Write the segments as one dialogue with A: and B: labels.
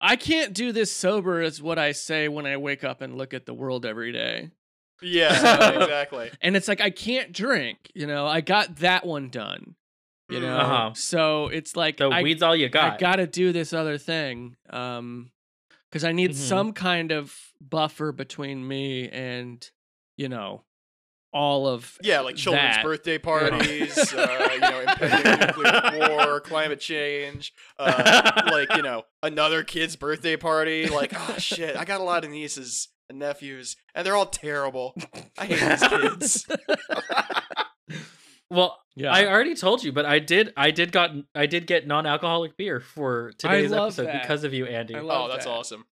A: I can't do this sober is what I say when I wake up and look at the world every day.
B: Yeah, exactly.
A: And it's like I can't drink, you know. I got that one done. You know.
C: Uh-huh.
A: So it's like
C: So
A: I,
C: weed's all you got.
A: I got to do this other thing. Um cuz I need
C: Mhm.
A: some kind of buffer between me and you know all of
B: Yeah, like children's
A: That.
B: birthday parties, uh, you know, impending nuclear war, climate change, uh, like you know, another kid's birthday party. Like, oh shit, I got a lot of nieces and nephews, and they're all terrible. I hate these kids.
C: well,
A: yeah.
C: I already told you, but I did. I did got. I did get non-alcoholic beer for today's
A: love
C: episode
A: that.
C: because of you, Andy.
A: I love
B: Oh, that's
A: that.
B: awesome.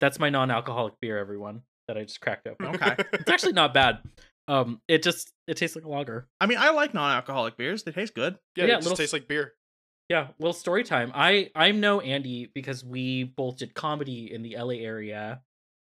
C: That's my non-alcoholic beer, everyone. That I just cracked open.
D: Okay.
C: it's actually not bad. Um, it just it tastes like a lager.
D: I mean, I like non-alcoholic beers. They taste good.
B: Yeah,
C: Yeah,
B: it just
C: little-
B: tastes like beer.
C: Yeah, well, story time. I I know Andy because we both did comedy in the LA area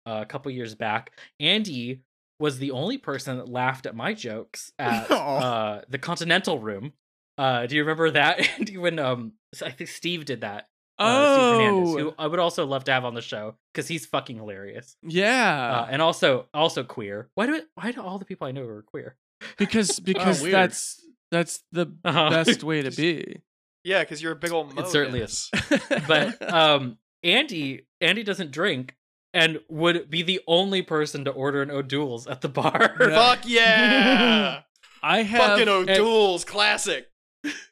C: uh, a couple years back. Andy was the only person that laughed at my jokes at
D: Aw.
C: uh, the Continental Room. Uh, do you remember that, Andy? When um, s- I think Steve did that. uh, Steve Hernandez,
A: Oh.
C: who I would also love to have on the show because he's fucking hilarious uh,
A: yeah.
C: and also also queer. Why do it, why do all the people I know are queer? oh,
A: because because
D: weird.
A: that's that's the
C: Uh-huh.
A: best way to be.
B: Yeah, because you're a big old.
C: It
B: mo,
C: certainly
B: Dennis.
C: but um andy andy doesn't drink and would be the only person to order an o'doul's at the bar
A: Yeah.
B: Fuck yeah!
A: I have
B: Fucking
A: at-
B: O'Doul's classic.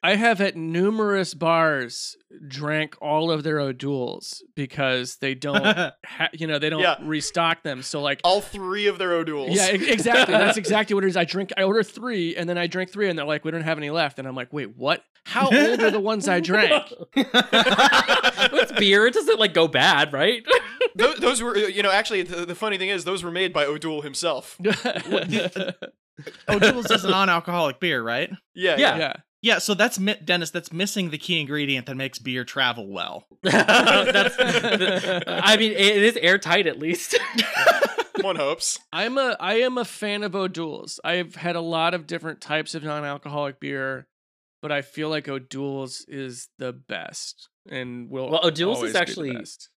A: I have at numerous bars drank all of their O'Douls because they don't,
D: Oh.
A: ha- you know, they don't
B: Yeah.
A: restock them. So like,
B: All three of their O'Doul's.
A: yeah, e- exactly. That's exactly what it is. I drink, I order three, and then I drink three, and they're like, we don't have any left, and I'm like, wait, what? How old are the ones I drank?
C: it's beer it doesn't like go bad right
B: those, those were, you know, actually, the, the funny thing is, those were made by O'Doul himself.
D: O'Doul's Oh, is a non-alcoholic beer, right?
B: Yeah,
C: Yeah.
A: yeah,
D: Yeah, so that's mi- Dennis. That's missing the key ingredient that makes beer travel well.
C: That's, i mean it is airtight at least
B: one hopes.
A: I'm a I am a fan of O'Doul's. I've had a lot of different types of non-alcoholic beer, but I feel like O'Doul's is the best, and will
C: Well, O'Doul's is
A: always be the
C: actually-
A: best.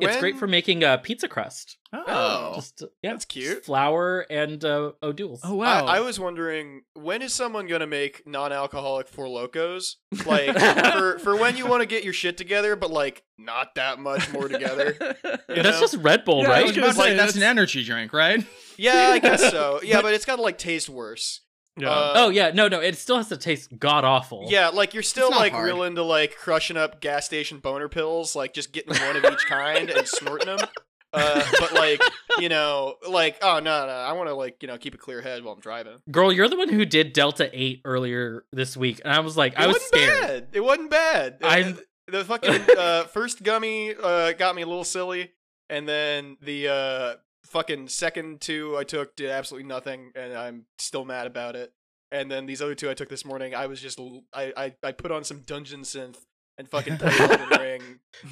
C: it's great
B: When-
C: for making a pizza crust
B: Oh.
C: just uh, yeah
B: That's
C: just
B: cute.
C: flour and uh, o'doul's
A: Oh
B: I-
A: wow!
B: I, was wondering when is someone gonna make non-alcoholic for locos like for for when you want to get your shit together, but like not that much more together. You
C: that's
B: know?
C: just red bull
A: Yeah, I
D: I
C: right
D: was
A: was
D: about to
A: gonna
D: say,
A: say,
D: that's, an
A: that's-
D: energy drink, right?
B: Yeah, I guess so. Yeah, but, it's gotta like taste worse.
A: Yeah.
B: Uh,
C: oh yeah no no it still has to taste god awful
B: Yeah, like you're still
D: not
B: like
D: hard.
B: real into like crushing up gas station boner pills, like just getting one of each kind and snorting them. Uh, but like you know, like oh no, no, I want to like you know keep a clear head while I'm driving.
C: Girl, you're the one who did Delta 8 earlier this week, and I was like,
B: It
C: I was
B: wasn't
C: scared.
B: bad. It wasn't bad. Uh,
C: I'm-
B: the fucking uh, first gummy uh, got me a little silly, and then the uh, fucking second two I took did absolutely nothing, and I'm still mad about it. And then these other two I took this morning, I was just l- I I, I put on some dungeon synth and fucking played Elden Ring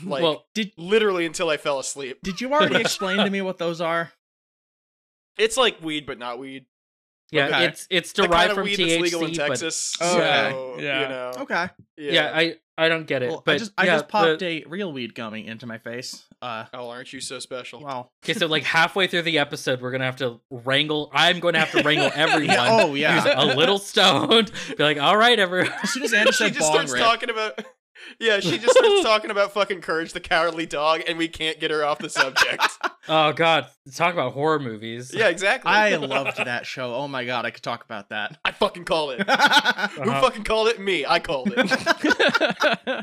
B: like
C: well,
D: Did
B: literally until I fell asleep.
D: did you already explain to me what those are?
B: It's like weed, but not weed.
C: yeah,
D: okay.
C: it's it's
B: The
C: derived
B: kind of
C: from
B: weed
C: THC,
B: that's legal in
C: but
B: Texas.
D: Okay.
B: so,
A: Yeah.
B: You know.
D: Okay.
C: yeah, I I don't get it.
D: Well,
C: but
D: I just I
C: yeah,
D: just popped
C: the-
D: a real weed gummy into my face. Uh,
B: oh, aren't you so special?
D: well.
C: Okay, so like halfway through the episode, we're gonna have to wrangle. I'm going to have to wrangle everyone.
D: Yeah, oh yeah.
C: who's a little stoned. Be like, all right, everyone.
D: As soon as Andy
B: she
D: said
B: just
D: bong
B: starts
D: rip,
B: talking about yeah she just starts talking about fucking courage the cowardly dog and we can't get her off the subject
C: Oh god, talk about horror movies.
B: yeah exactly
D: I loved that show. Oh my god, I could talk about that.
B: i fucking called it who
C: Uh-huh.
B: fucking called it me i called it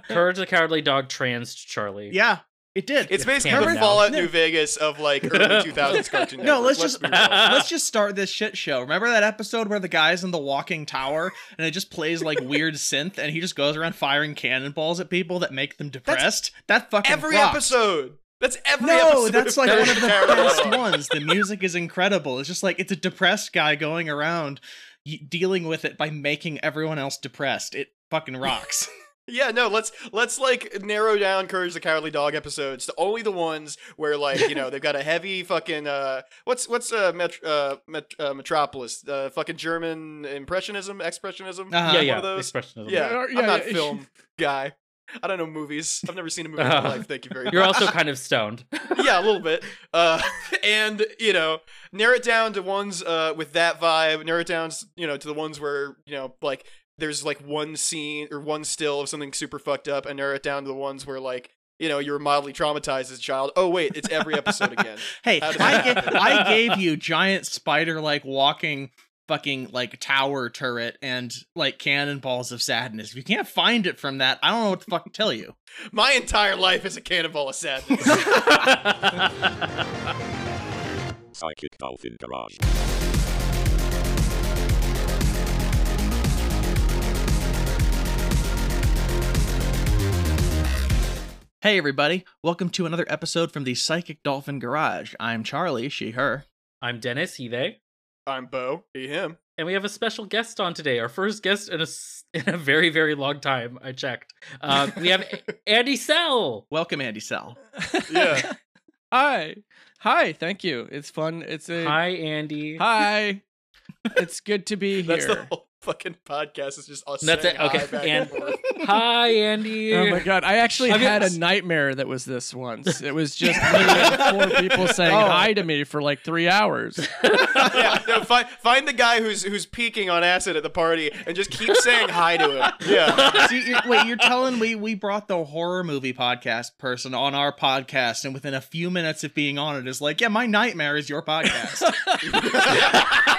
C: Courage the Cowardly Dog trans Charlie.
D: yeah, it did.
B: it's
C: Yeah,
B: basically the
C: Cameron-
B: fallout
D: No.
B: new vegas of like early 2000s cartoon
D: No,
B: Network.
D: let's just-
B: be real.
D: Let's just start this shit show. Remember that episode where the guy's in the walking tower and it just plays like weird synth and he just goes around firing cannonballs at people that make them depressed? that fucking
B: every
D: rocked.
B: episode that's every
D: No,
B: episode
D: that's like
B: Courage
D: one of the
B: Cowardly
D: best
B: Dog.
D: ones. The music is incredible. It's just like it's a depressed guy going around y- dealing with it by making everyone else depressed. It fucking rocks.
B: Yeah, no, let's let's like narrow down Courage the Cowardly Dog episodes to only the ones where like, you know, they've got a heavy fucking uh what's what's uh, met- uh, met- uh Metropolis, uh fucking German impressionism, expressionism.
D: Uh-huh.
C: yeah,
B: One
C: yeah.
B: of those.
C: Expressionism.
B: Yeah,
A: Yeah,
B: I'm not
A: yeah.
B: film guy. I don't know movies. I've never seen a movie in my
C: Uh,
B: life. Thank you very much.
C: You're also kind of stoned.
B: yeah, a little bit. Uh, and you know, narrow it down to ones uh, with that vibe. Narrow it down, you know, to the ones where you know, like there's like one scene or one still of something super fucked up, and narrow it down to the ones where like you know you were mildly traumatized as a child. Oh wait, it's every episode again.
D: Hey,
B: How does
D: I,
B: that
D: ga-
B: happen?
D: I gave you giant spider like walking fucking like tower turret and like cannonballs of sadness. If you can't find it from that, I don't know what to fucking tell you.
B: My entire life is a cannonball of sadness.
E: Psychic Dolphin Garage.
D: Hey everybody, welcome to another episode from the Psychic Dolphin Garage. I'm Charlie, she her.
C: I'm Dennis, he they.
B: I'm Bo. He him.
C: And we have a special guest on today, our first guest in a, s- in a very, very long time. I checked. Uh, we have A- Andy Sell.
D: Welcome Andy Sell.
B: Yeah.
A: Hi. Hi. Thank you. It's fun. It's a
C: Hi, Andy.
A: Hi. it's good to be here.
B: That's the whole fucking podcast. It's just us.
C: That's
B: saying
C: it, okay,
B: hi back and
C: and-
B: forth.
C: Hi, Andy.
A: Oh my god! I actually
C: I've got-
A: had a nightmare that was this once. It was just me and four people saying
D: Oh.
A: hi to me for like three hours.
B: yeah, no, find find the guy who's who's peaking on acid at the party and just keep saying hi to him. Yeah.
D: So you're, wait, you're telling me we brought the horror movie podcast person on our podcast, and within a few minutes of being on it, is like, yeah, my nightmare is your podcast.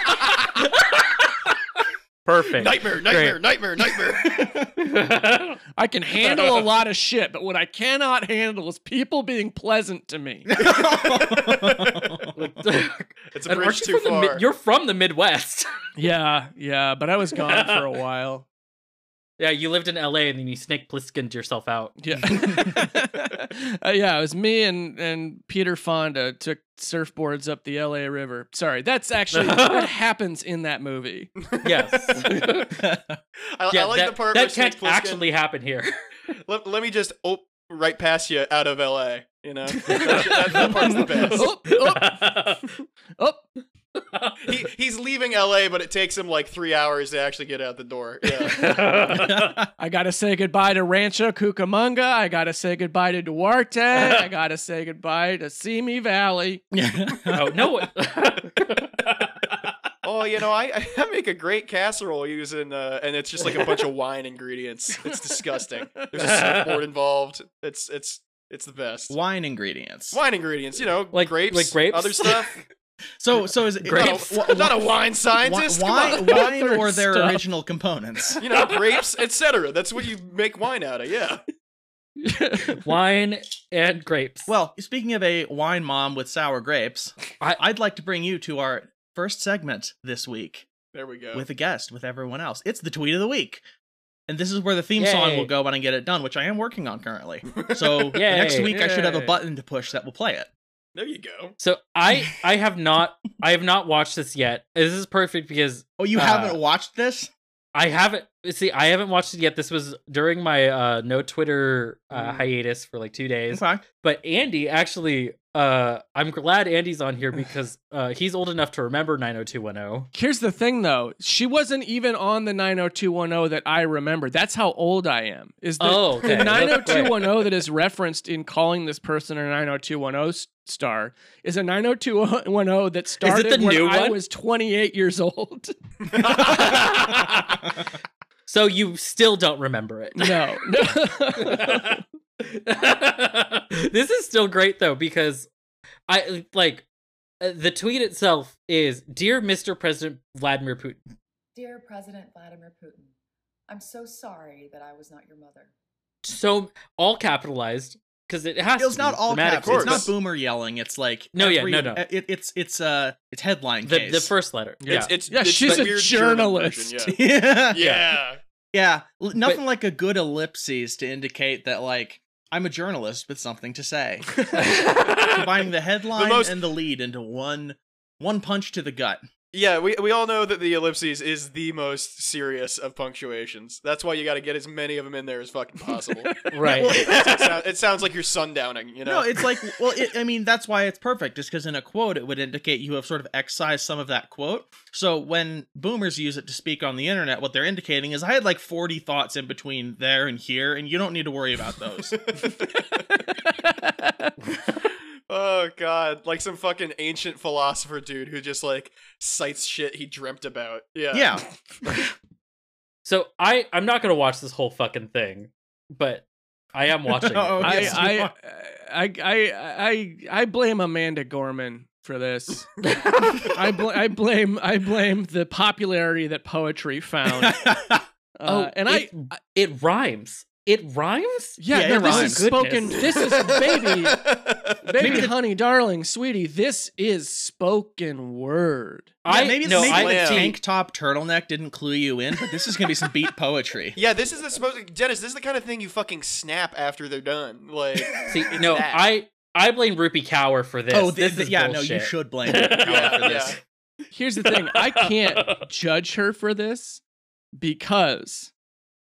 C: Perfect.
B: Nightmare, nightmare, nightmare, nightmare.
A: I can handle a lot of shit, but what I cannot handle is people being pleasant to me.
B: It's a
C: And
B: bridge
C: aren't
B: too
C: you from the
B: far.
C: Mi- you're from the Midwest.
A: Yeah, yeah, but I was gone for a while.
C: yeah, you lived in LA and then you snake pliskined yourself out.
A: Yeah, Uh, yeah. It was me and and Peter Fonda took surfboards up the L.A. River. Sorry, that's actually that happens in that movie.
C: Yes.
B: I,
C: yeah,
B: I like
C: that,
B: the part where
C: that
B: Snake
C: can't
B: Plissken-
C: actually happen here.
B: Let, let me just op- right past you out of L.A. You know, that, that- that part's the best.
A: Oh, oh, oh.
B: He, he's leaving L.A., but it takes him like three hours to actually get out the door. Yeah.
A: I gotta say goodbye to Rancho Cucamonga. I gotta say goodbye to Duarte. I gotta say goodbye to Simi Valley.
C: oh, no.
B: Oh, you know, I, I make a great casserole using, uh, and it's just like a bunch of wine ingredients. It's disgusting. There's a surfboard involved. It's it's it's the best.
D: Wine ingredients.
B: Wine ingredients, you know,
C: Like-
B: grapes,
C: like grapes?
B: other stuff.
D: So, so is it
C: Grapes?
D: wha-
B: Not a, not a wine scientist. come
D: wine,
B: on.
D: wine
A: Other
D: or their
A: stuff.
D: original components.
B: You know, grapes, etc. That's what you make wine out of. Yeah.
C: Wine and grapes.
D: Well, speaking of a wine mom with sour grapes,
C: I-
D: I, would like to bring you to our first segment this week
B: There we go.
D: with a guest, with everyone else. It's the tweet of the week. And this is where the theme song
C: Yay.
D: will go when I get it done, which I am working on currently. So
C: Yay.
D: next week I should have a
A: Yay.
D: button to push that will play it.
B: there you go.
C: so I I have not I have not watched this yet. This is perfect because
D: Oh, you
C: Uh,
D: haven't watched this?
C: I haven't see I haven't watched it yet. This was during my uh no Twitter uh,
A: Mm.
C: hiatus for like 2 days.
D: Okay.
C: But Andy actually uh I'm glad Andy's on here because uh he's old enough to remember 90210.
A: Here's the thing though. She wasn't even on the 90210 that I remember. That's how old I am. Is the,
C: Oh,
A: the
C: okay. that's right.
A: 90210 that is referenced in calling this person a 90210 s- star is a 90210 that started
C: the
A: when
C: new
A: I
C: one?
A: was 28 years old.
C: So you still don't remember it.
A: No. no.
C: this is still great though because I like uh, the tweet itself is dear Mr. President Vladimir Putin.
F: Dear President Vladimir Putin, I'm so sorry that I was not your mother.
C: So all capitalized because it has to
D: It's
C: be
D: not all
C: dramatic.
D: caps.
B: course.
D: It's not boomer yelling. It's like
C: No, yeah,
D: every-
C: no, no.
D: It, it's it's uh it's headline
C: the,
D: case.
C: the first letter. Yeah.
B: It's, it's,
A: Yeah,
B: it's
A: she's
B: the
A: a
B: weird German version,
A: journalist.
B: yeah.
D: yeah.
B: Yeah.
D: Yeah, l- nothing like a good ellipses to indicate that like I'm a journalist with something to say. Combining the headline
B: most-
D: and the lead into one one punch to the gut.
B: Yeah, we we all know that the ellipses is the most serious of punctuations. That's why you got to get as many of them in there as fucking possible.
C: Right.
B: Well, it, it sound- it sounds like you're sundowning, you know.
D: No, it's like, well, it, I mean, that's why it's perfect, just because in a quote, it would indicate you have sort of excised some of that quote. So when boomers use it to speak on the internet, what they're indicating is I had like 40 thoughts in between there and here, and you don't need to worry about those.
B: oh god, like some fucking ancient philosopher dude who just like cites shit he dreamt about. Yeah.
D: yeah.
C: So I I'm not gonna watch this whole fucking thing, but I am watching. it.
D: Oh,
A: I,
D: yes,
A: I,
D: you
A: I,
D: are.
A: I, I, I blame Amanda Gorman for this. I, bl- I blame, I blame the popularity that poetry found. Uh,
D: uh,
C: Oh,
A: and I,
C: it, it rhymes. It rhymes. Oh
A: yeah,
D: yeah,
A: no,
D: it
A: this
D: rhymes.
A: is spoken.
C: Goodness.
A: This is baby, baby,
C: Maybe the-
A: honey, darling, sweetie. This is spoken word.
D: I,
C: I
D: maybe
C: no.
D: maybe
C: I
D: the
B: am.
D: tank top turtleneck didn't clue you in, but this is gonna be some beat poetry.
B: yeah, this is the supposed Dennis, this is the kind of thing you fucking snap after they're done. Like
C: see no.
B: that.
C: I I blame Rupi Kaur for this.
D: oh,
C: this
D: th-
C: is
D: yeah, no, you
C: bullshit.
D: should blame Ruby Kaur
B: Yeah,
D: for this.
A: Here's the thing. I can't judge her for this because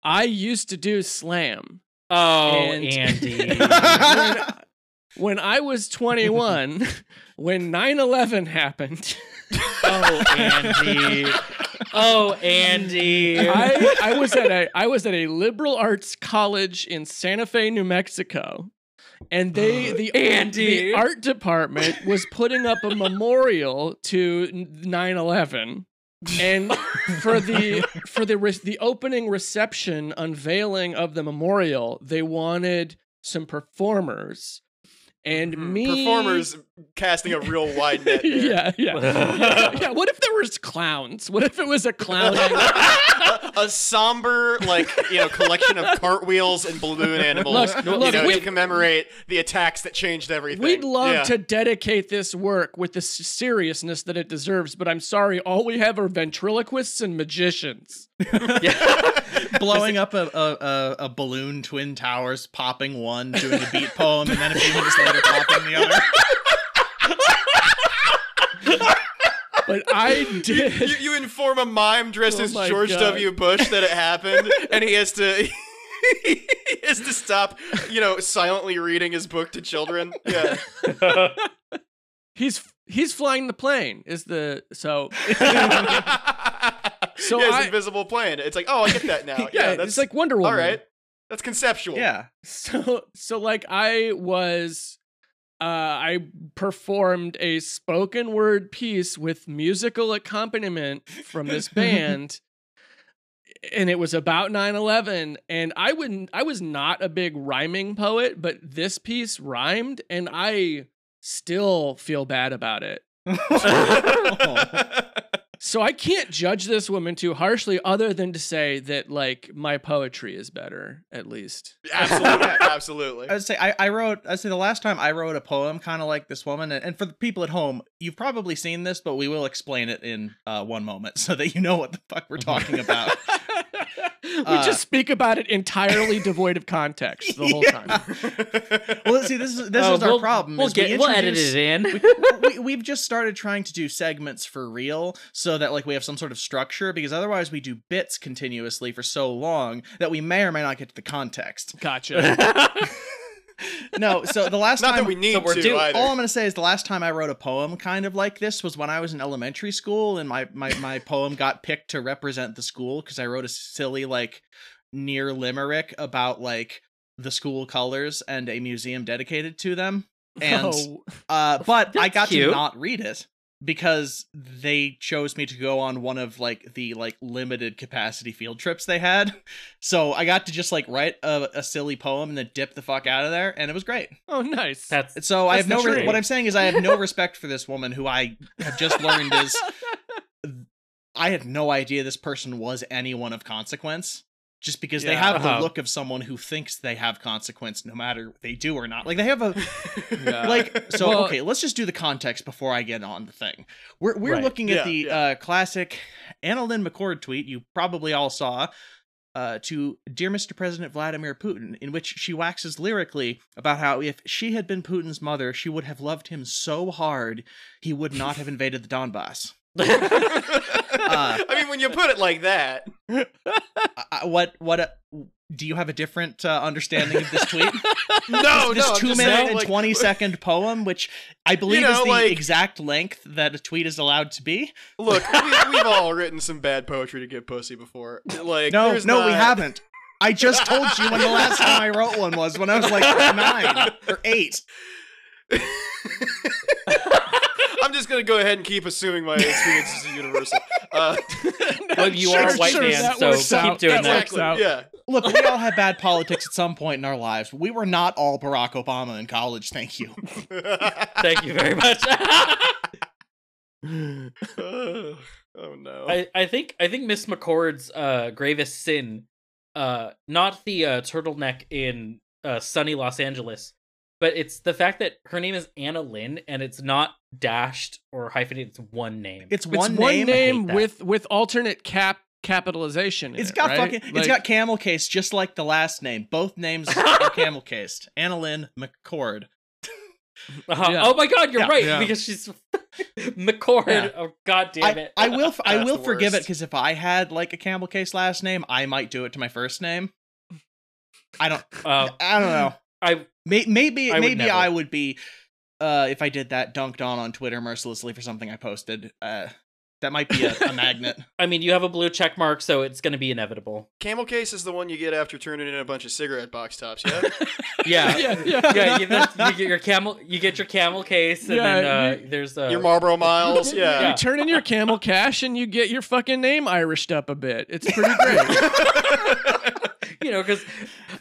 A: I used to do slam.
C: Oh,
A: And-
C: Andy.
A: when, when I was 21, when 9 11 happened,
C: Oh, Andy. Oh, Andy.
A: I, I, was at a, I was at a liberal arts college in Santa Fe, New Mexico. And they, the, the
C: Andy.
A: art department was putting up a memorial to 9 11. And for the for the re- the opening reception unveiling of the memorial, they wanted some performers, and
B: Hmm,
A: me
B: performers casting a real wide net. here.
A: yeah, yeah. yeah, yeah. What if there was clowns? What if it was a clown? angle?
B: a, a somber, like you know, collection of cartwheels and balloon animals,
A: Look,
B: you
A: look,
B: know,
A: we-
B: to commemorate the attacks that changed everything.
A: We'd love
B: Yeah.
A: to dedicate this work with the s- seriousness that it deserves, but I'm sorry, all we have are ventriloquists and magicians.
D: blowing up a, a, a, a balloon, twin towers, popping one, doing a beat poem, and then a few minutes later popping the other.
A: But I
B: You,
A: did.
B: you inform a mime dressed
A: Oh
B: as
A: my
B: George
A: God.
B: W. Bush that it happened, and he has to. he has to stop, you know, silently reading his book to children. Yeah.
C: Oh,
A: He's he's flying the plane. Is the so So
B: So yeah, his
A: I-
B: invisible plane. It's like, oh, I get that now. Yeah, that's
A: it's like Wonder Woman.
B: all right. That's conceptual.
D: Yeah.
A: So so like I was uh I performed a spoken word piece with musical accompaniment from this band and it was about 9/11 and I wouldn't I was not a big rhyming poet but this piece rhymed and I still feel bad about it. So I can't judge this woman too harshly other than to say that like my poetry is better at least.
B: Absolutely. Absolutely.
D: I'd say I, I wrote. I'd say the last time I wrote a poem, kind of like this woman. And, and for the people at home, you've probably seen this, but we will explain it in uh, one moment so that you know what the fuck we're talking about.
A: we
D: Uh,
A: just speak about it entirely devoid of context the whole
D: Yeah.
A: time.
D: well, see, this is this
C: Oh,
D: is our
C: we'll-
D: problem.
C: We'll
D: is we
C: get. We'll edit
D: introduce-
C: it in.
D: we, we've just started trying to do segments for real so that like we have some sort of structure because otherwise we do bits continuously for so long that we may or may not get to the context
A: Gotcha.
D: no so the last
B: Not
D: time
B: that we need
C: that we're
B: to
C: due-
B: either.
D: all i'm going to say is the last time i wrote a poem kind of like this was when i was in elementary school and my my, my poem got picked to represent the school because i wrote a silly like near limerick about like the school colors and a museum dedicated to them and
A: Oh,
D: uh, but I
C: That's
D: got
C: cute.
D: to not read it because they chose me to go on one of like the like limited capacity field trips they had. So I got to just like write a, a silly poem and then dip the fuck out of there, and it was great.
A: oh, nice.
C: That's
D: So I
C: That's
D: have no.
C: the
D: Re-
C: dream.
D: what I'm saying is I have no respect for this woman who I have just learned is. I had no idea this person was anyone of consequence. Just because they
A: Yeah.
D: have
C: Uh-huh.
D: the look of someone who thinks they have consequence, no matter what they do or not. Like they have a
C: uh,
A: Yeah.
D: like so
A: Well-
D: okay let's just do the context before i get on the thing we're, we're
C: Right.
D: looking at
B: Yeah,
D: the
B: yeah.
D: uh, classic anna lynn mccord tweet you probably all saw uh, to dear mr president vladimir putin in which she waxes lyrically about how if she had been putin's mother she would have loved him so hard he would not have invaded the donbass
B: I mean, when you put it like that,
D: I- I- what what uh, do you have a different uh, understanding of this tweet?
B: no,
D: this
B: no, I'm
D: two
B: just
D: minute
B: saying,
D: and
B: like-
D: twenty second poem, which I believe
B: know,
D: is the
B: like-
D: exact length that a tweet is allowed to be.
B: Look, we, we've all written some bad poetry to get pussy before. Like,
D: no,
B: there's
D: no, we
B: not-
D: haven't. I just told you when the last time I wrote one was when I was like nine or eight.
B: I'm just gonna go ahead and keep assuming my experience is universal. Uh,
C: Well, you are a white man,
A: that
C: so
A: works
C: keep
A: out.
C: doing that.
A: works out.
B: yeah.
D: Look, we all had bad politics at some point in our lives. We were not all Barack Obama in college. Thank you.
C: Thank you very much.
B: oh no.
C: I, I think I think Miss McCord's uh, gravest sin, uh, not the uh, turtleneck in uh, sunny Los Angeles, but it's the fact that her name is Anna Lynn and it's not dashed or hyphenated. It's one name.
D: It's
A: It's
D: one
C: I
D: name.
C: hate that.
A: with with alternate cap capitalization. in
D: It's
A: it,
D: got
A: right?
D: fucking. it's
A: Like,
D: got camel case, just like the last name. Both names are camel cased. Annalyn McCord.
C: Uh-huh.
A: Yeah.
C: Oh my God, you're
D: Yeah.
C: right
A: Yeah.
C: because she's McCord.
D: Yeah.
C: Oh God damn
D: I,
C: it!
D: I will. f- I
B: That's
D: will
B: the
D: forgive it
B: worst.
D: because if I had like a camel case last name, I might do it to my first name. I don't.
C: Uh,
D: I don't know.
C: I
D: May- Maybe.
C: I would
D: maybe
C: never.
D: I would be. Uh, if I did that, dunked on on Twitter mercilessly for something I posted. Uh, that might be a, a magnet.
C: I mean, you have a blue check mark, so it's going to be inevitable.
B: Camel case is the one you get after turning in a bunch of cigarette box tops. Yeah.
A: yeah,
C: Yeah.
A: yeah.
C: yeah, you, that's- you get your camel, you get your camel case, and
A: Yeah,
C: then uh, there's uh,
B: Your Marlboro Miles.
C: Yeah.
B: Yeah.
A: You turn in your camel cash and you get your fucking name Irished up a bit. It's pretty great.
C: you know, because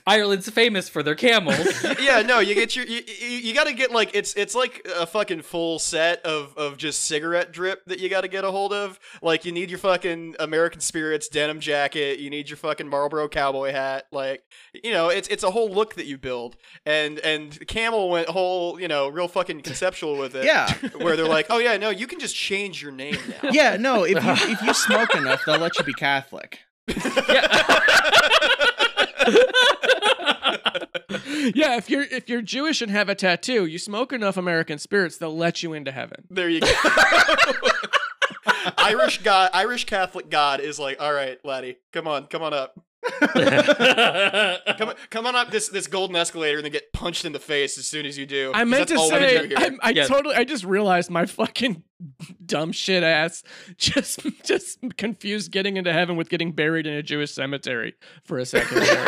C: Ireland's famous for their camels.
B: yeah, no, you get your you, you, you got to get like it's it's like a fucking full set of of just cigarette drip that you got to get a hold of. Like you need your fucking American Spirits denim jacket, you need your fucking Marlboro cowboy hat, like you know, it's it's a whole look that you build. And and Camel went whole, you know, real fucking conceptual with it.
D: Yeah.
B: Where they're like, "Oh yeah, no, you can just change your name now."
D: Yeah. No. If you if you smoke enough, they'll let you be Catholic.
A: yeah, if you're if you're Jewish and have a tattoo, you smoke enough American spirits, they'll let you into heaven.
B: There you go. Irish God, Irish Catholic God is like, all right, laddie, come on, come on up, come, come on up this this golden escalator, and then get punched in the face as soon as you do.
A: I
B: 'cause
A: meant
B: that's
A: to
B: all we
A: say,
B: do here.
A: I, I
C: Yeah.
A: totally, I just realized my fucking dumb shit ass just just confused getting into heaven with getting buried in a Jewish cemetery for a second. there.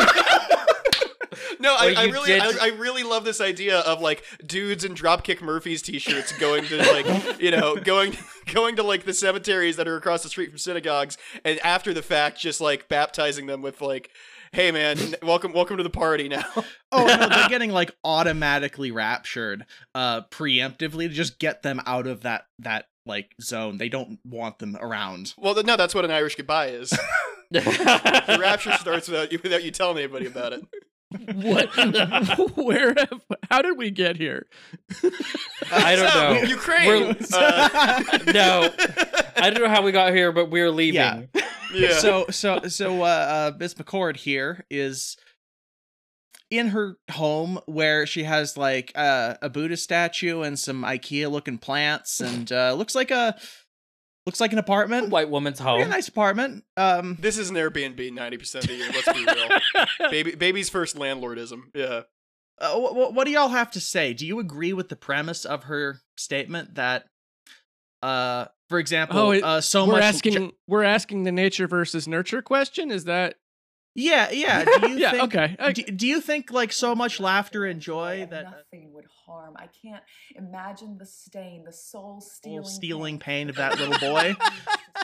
B: no, I,
C: Well,
B: I
C: you
B: really,
C: did-
B: I, I really love this idea of like dudes in Dropkick Murphys t-shirts going to like, you know, going going to like the cemeteries that are across the street from synagogues, and after the fact, just like baptizing them with like, hey man, welcome, welcome to the party now.
D: Oh no, they're getting like automatically raptured uh preemptively to just get them out of that that like zone. They don't want them around.
B: Well, th- no, that's what an Irish goodbye is. the rapture starts without you, without you telling anybody about it.
A: what? Where? Have, how did we get here?
C: I don't
B: So,
C: know.
B: Ukraine. Uh,
C: no, I don't know how we got here, but we're leaving.
D: Yeah.
B: yeah.
D: So so so uh, uh Miss McCord here is in her home where she has like uh, a Buddha statue and some IKEA looking plants and uh looks like a looks like an
C: A
D: apartment.
C: white woman's
D: Pretty
C: home.
D: nice apartment. Um
B: this is an Airbnb 90% of the year, let's be real. Baby, baby's first landlordism. Yeah.
D: Uh, wh- wh- what do y'all have to say? Do you agree with the premise of her statement that, uh, for example,
A: Oh, it-
D: uh, so
A: we're
D: much
A: asking, we're asking the nature versus nurture question. Is that?
D: yeah, yeah. Do you
A: Yeah.
D: think,
A: okay. I-
D: Do, do you think like so much laughter and joy
F: That
D: that uh,
F: nothing would harm. I can't imagine the stain, the soul
D: uh,
F: stealing,
D: stealing pain of that little boy?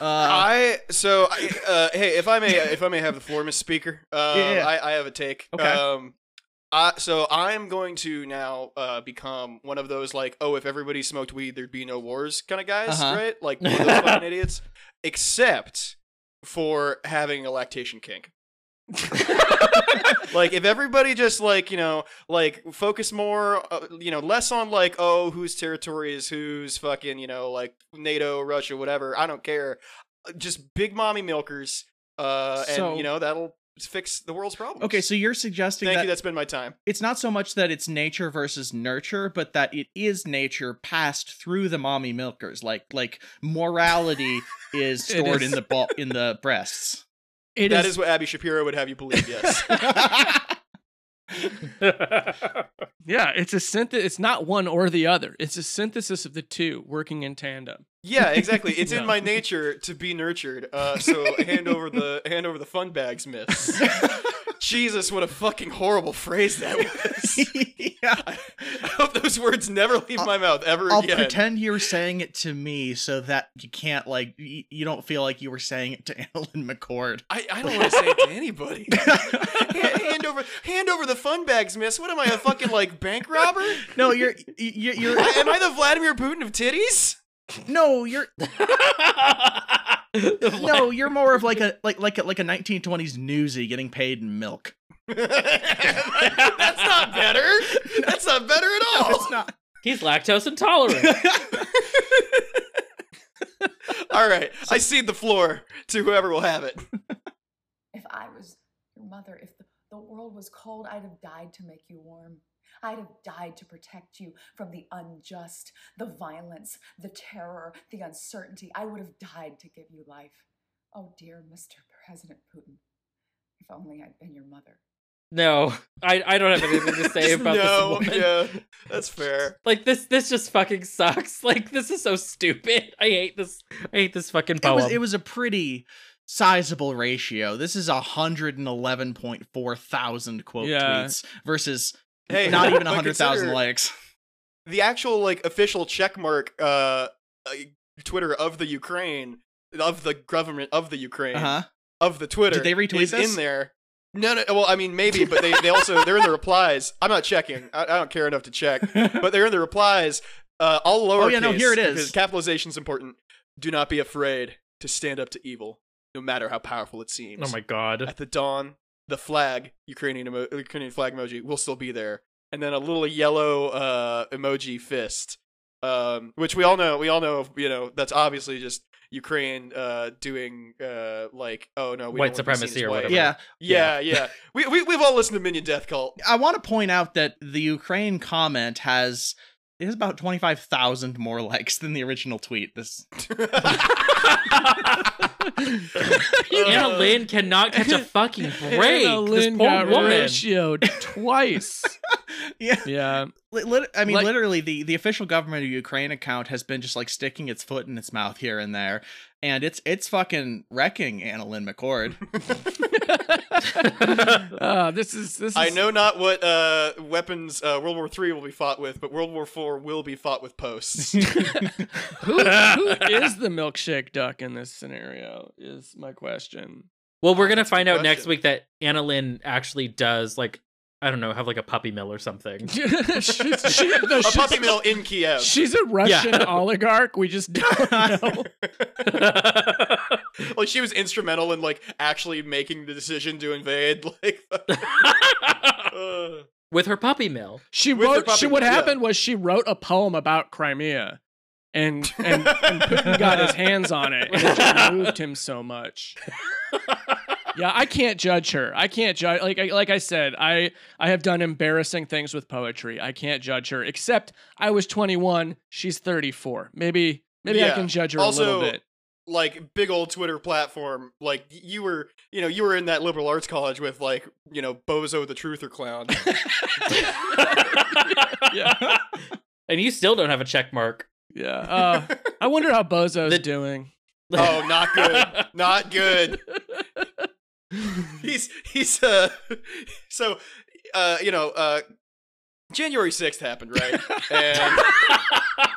D: Uh,
B: I so I, uh, hey, if I may, if I may have the floor, Miss Speaker. Um,
D: Yeah, yeah.
B: I, I have a take.
D: Okay.
B: Um, I, so I'm going to now uh, become one of those like, oh, if everybody smoked weed, there'd be no wars kind of guys,
D: Uh-huh.
B: right? Like one of those fucking idiots, except for having a lactation kink. like if everybody just like you know like focus more uh, you know less on like oh whose territory is whose fucking you know like nato russia whatever i don't care just big mommy milkers uh and
A: So-
B: you know that'll fix the world's problems.
D: Okay, so you're suggesting
B: thank
D: that
B: you. That's been my time.
D: it's not so much that it's nature versus nurture, but that it is nature passed through the mommy milkers. Like like morality is
A: It
D: stored in
A: is.
D: the ball in the breasts.
A: It
B: that
A: is-
B: is what Abby Shapiro would have you believe. Yes.
A: yeah, it's a synth it's not one or the other. It's a synthesis of the two working in tandem.
B: yeah, exactly. It's
A: No.
B: in my nature to be nurtured. Uh, so hand over the hand over the fun bags, miss. Jesus, what a fucking horrible phrase that was.
D: Yeah.
B: I hope those words never leave my mouth ever
D: I'll
B: again.
D: pretend you're saying it to me so that you can't like y- you don't feel like you were saying it to Alan McCord.
B: I, I don't want to say it to anybody. hand, hand over hand over the fun bags, miss. What am I, a fucking like bank robber?
D: No, you're y- y- you're
B: I- am I the Vladimir Putin of titties?
D: no, you're
C: The
D: no, you're more of like a like like a, like a 1920s newsie getting paid in milk.
B: That's not better. That's not better at all.
D: It's not.
C: He's lactose intolerant.
B: All right, I cede the floor to whoever will have it.
F: If I was your mother, if the, the world was cold, I'd have died to make you warm. I'd have died to protect you from the unjust, the violence, the terror, the uncertainty. I would have died to give you life. Oh, dear Mr. President Putin, if only I'd been your mother.
C: No, I, I don't have anything to say
B: Just
C: about
B: no,
C: this woman.
B: yeah, that's fair.
C: Like this this just fucking sucks. Like this is so stupid. I hate this. I hate this fucking
D: It
C: poem.
D: was it was a pretty sizable ratio. This is 111.4 thousand quote
A: Yeah.
D: tweets versus
B: Hey,
D: not even
B: but
D: 100,000
B: consider
D: likes.
B: The actual like official checkmark uh, uh, Twitter of the Ukraine of the government of the Ukraine
D: Uh-huh.
B: of the Twitter.
D: Did they retweet
B: is
D: this?
B: in there? No, no. Well, I mean, maybe, but they, they also they're in the replies. I'm not checking. I, I don't care enough to check. But they're in the replies. Uh, all lowercase.
D: Oh, yeah, no, here it is.
B: Because capitalization's important. Do not be afraid to stand up to evil, no matter how powerful it seems.
C: oh my god.
B: At the dawn, the flag, Ukrainian emo- Ukrainian flag emoji, will still be there, and then a little yellow uh, emoji fist, um, which we all know. We all know. You know that's obviously just Ukraine uh, doing uh, like, oh no, we
C: White
B: don't wanna be seen
C: supremacy
B: as
C: or
B: white.
C: whatever.
D: Yeah,
B: yeah, yeah. we, we we've all listened to Minion Death Cult.
D: I want to point out that the Ukraine comment has it has about 25,000 more likes than the original tweet. This
C: Anna
B: Uh,
C: Lynn cannot catch a fucking break.
A: Anna
C: this
A: Lynn
C: poor
A: got
C: woman.
A: ratioed twice.
D: Yeah.
A: yeah.
D: Li- lit- I mean
A: Like-
D: literally the the official government of Ukraine account has been just like sticking its foot in its mouth here and there and it's it's fucking wrecking Anna Lynn McCord.
A: uh, this is this is
B: I know not what uh, weapons uh, World War Three will be fought with, but World War Four will be fought with posts.
A: who, who is the milkshake duck in this scenario is my question.
C: Well, we're gonna
B: That's a good
C: find out next
B: question.
C: week that Anna Lynn actually does like I don't know, have like a puppy mill or something.
A: she's, she- no,
B: a
A: she's-
B: puppy mill in Kiev.
A: She's a Russian oligarch. We just don't know.
B: like she was instrumental in like actually making the decision to invade like uh,
C: With her puppy mill.
A: She
B: With her
A: wrote.
B: puppy
A: She, what
B: mill, yeah.
A: happened was she wrote a poem about Crimea, and and, and Putin got his hands on it, and it just moved him so much. Yeah, I can't judge her. I can't judge. Like I, like I said, I I have done embarrassing things with poetry. I can't judge her. Except I was 21. She's 34. Maybe maybe I
B: Yeah.
A: can judge her a
B: Also,
A: little bit.
B: like big old Twitter platform. Like y- you were you know, you were in that liberal arts college with like, you know, Bozo the Truther clown.
A: Yeah.
C: And you still don't have a check mark.
A: Yeah. Uh, I wonder how Bozo's
C: The-
A: doing.
B: oh, not good. Not good. he's he's uh so uh you know uh January sixth happened, right? And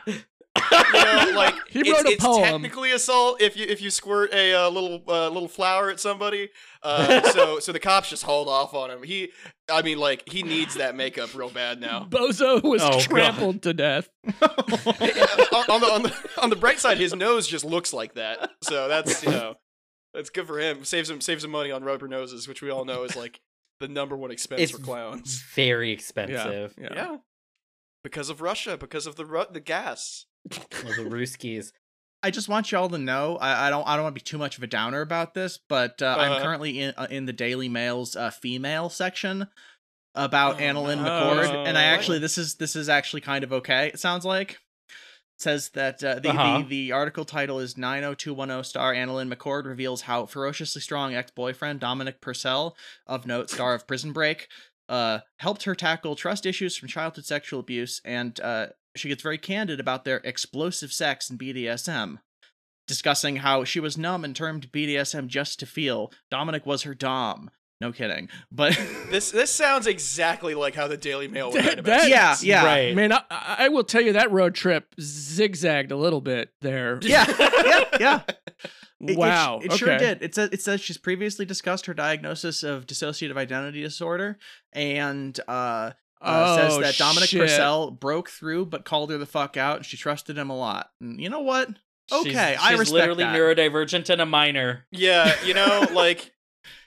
B: you know, like
A: He
B: it's-
A: wrote a
B: it's
A: poem.
B: technically assault if you if you squirt a uh, little uh, little flower at somebody. Uh, so so the cops just hauled off on him. He, I mean, like he needs that makeup real bad now.
A: Bozo was
C: Oh, God.
A: trampled to death.
B: Yeah, on, on the on the on the bright side, his nose just looks like that. So that's you know that's good for him. Saves him saves him money on rubber noses, which we all know is like the number one expense
C: It's
B: for clowns.
C: Very expensive.
A: Yeah.
B: Yeah. Because of Russia, because of the ru- the gas.
C: Well, the Ruskies.
D: I just want y'all to know I, I don't I don't want to be too much of a downer about this, but uh, I'm
B: Uh-huh.
D: currently in uh, in the Daily Mail's uh, female section about
B: Oh,
D: Annalyn
A: no.
D: McCord, and I
A: Oh.
D: actually this is this is actually kind of okay. It sounds like It says that uh, the,
C: Uh-huh.
D: the the article title is 90210 star Annalyn McCord reveals how ferociously strong ex boyfriend Dominic Purcell of note star of Prison Break uh, helped her tackle trust issues from childhood sexual abuse, and uh, she gets very candid about their explosive sex and BDSM, discussing how she was numb and termed BDSM just to feel. Dominic was her dom. No kidding, but
B: This this sounds exactly like how the Daily Mail would
A: That-
B: write about
A: that-
B: it.
D: yeah, yeah,
C: Right.
A: Man, I, I will tell you that road trip zigzagged a little bit there.
D: yeah, yeah, yeah. It- it sh-
A: Wow.
D: It,
A: okay.
D: sure did. It says it says she's previously discussed her diagnosis of dissociative identity disorder, and uh, uh, says
A: Oh,
D: that Dominic
A: shit.
D: Purcell broke through but called her the fuck out, and she trusted him a lot. And you know what? Okay,
C: she's,
D: I
C: she's
D: respect
C: literally
D: that.
C: neurodivergent and a minor.
B: Yeah, you know, like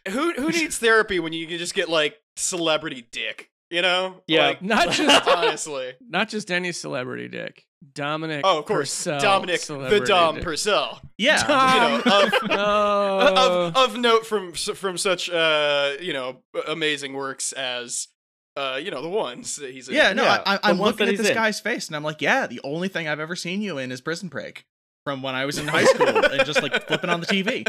B: who who needs therapy when you can just get like celebrity dick? You know?
C: Yeah.
B: Like,
A: Not just
B: honestly.
A: not just any celebrity dick. Dominic.
B: Oh, of course.
A: Purcell,
B: Dominic the
A: celebrity
B: Dom
A: dick.
B: Purcell.
D: Yeah,
B: You know, of,
A: Oh.
B: of of note from from such uh, you know, amazing works as uh, you know, the ones that he's in.
D: yeah. No,
C: Yeah,
D: I, I,
C: the
D: I'm
C: ones
D: looking
C: that
D: at
C: he's
D: this
C: in.
D: guy's face, and I'm like, yeah, the only thing I've ever seen you in is Prison Break from when I was in high school and just like flipping on the TV.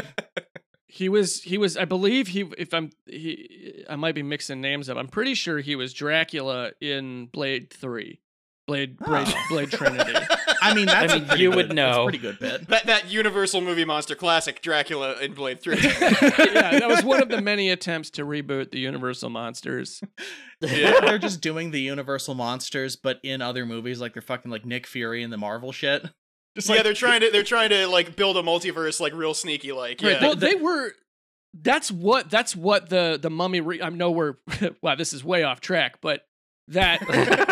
A: he was he was I believe he if I'm he I might be mixing names up. I'm pretty sure he was Dracula in Blade 3. Blade Blade,
D: Oh.
A: Blade Trinity.
D: I mean, that's a
C: mean,
D: pretty
C: you
D: good-
C: would
D: that's a
C: know.
D: pretty good bit.
B: That that Universal movie monster classic, Dracula in Blade Three.
A: yeah, that was one of the many attempts to reboot the Universal Monsters.
D: What if
B: yeah.
D: they're just doing the Universal monsters, but in other movies, like they're fucking like Nick Fury and the Marvel shit. Just
B: yeah,
D: like
B: they're trying to they're trying to like build a multiverse like real sneaky like yeah.
D: Right,
A: Well,
D: the-
A: they were. That's what. That's what the the mummy. Re- I know we're. wow, this is way off track. But that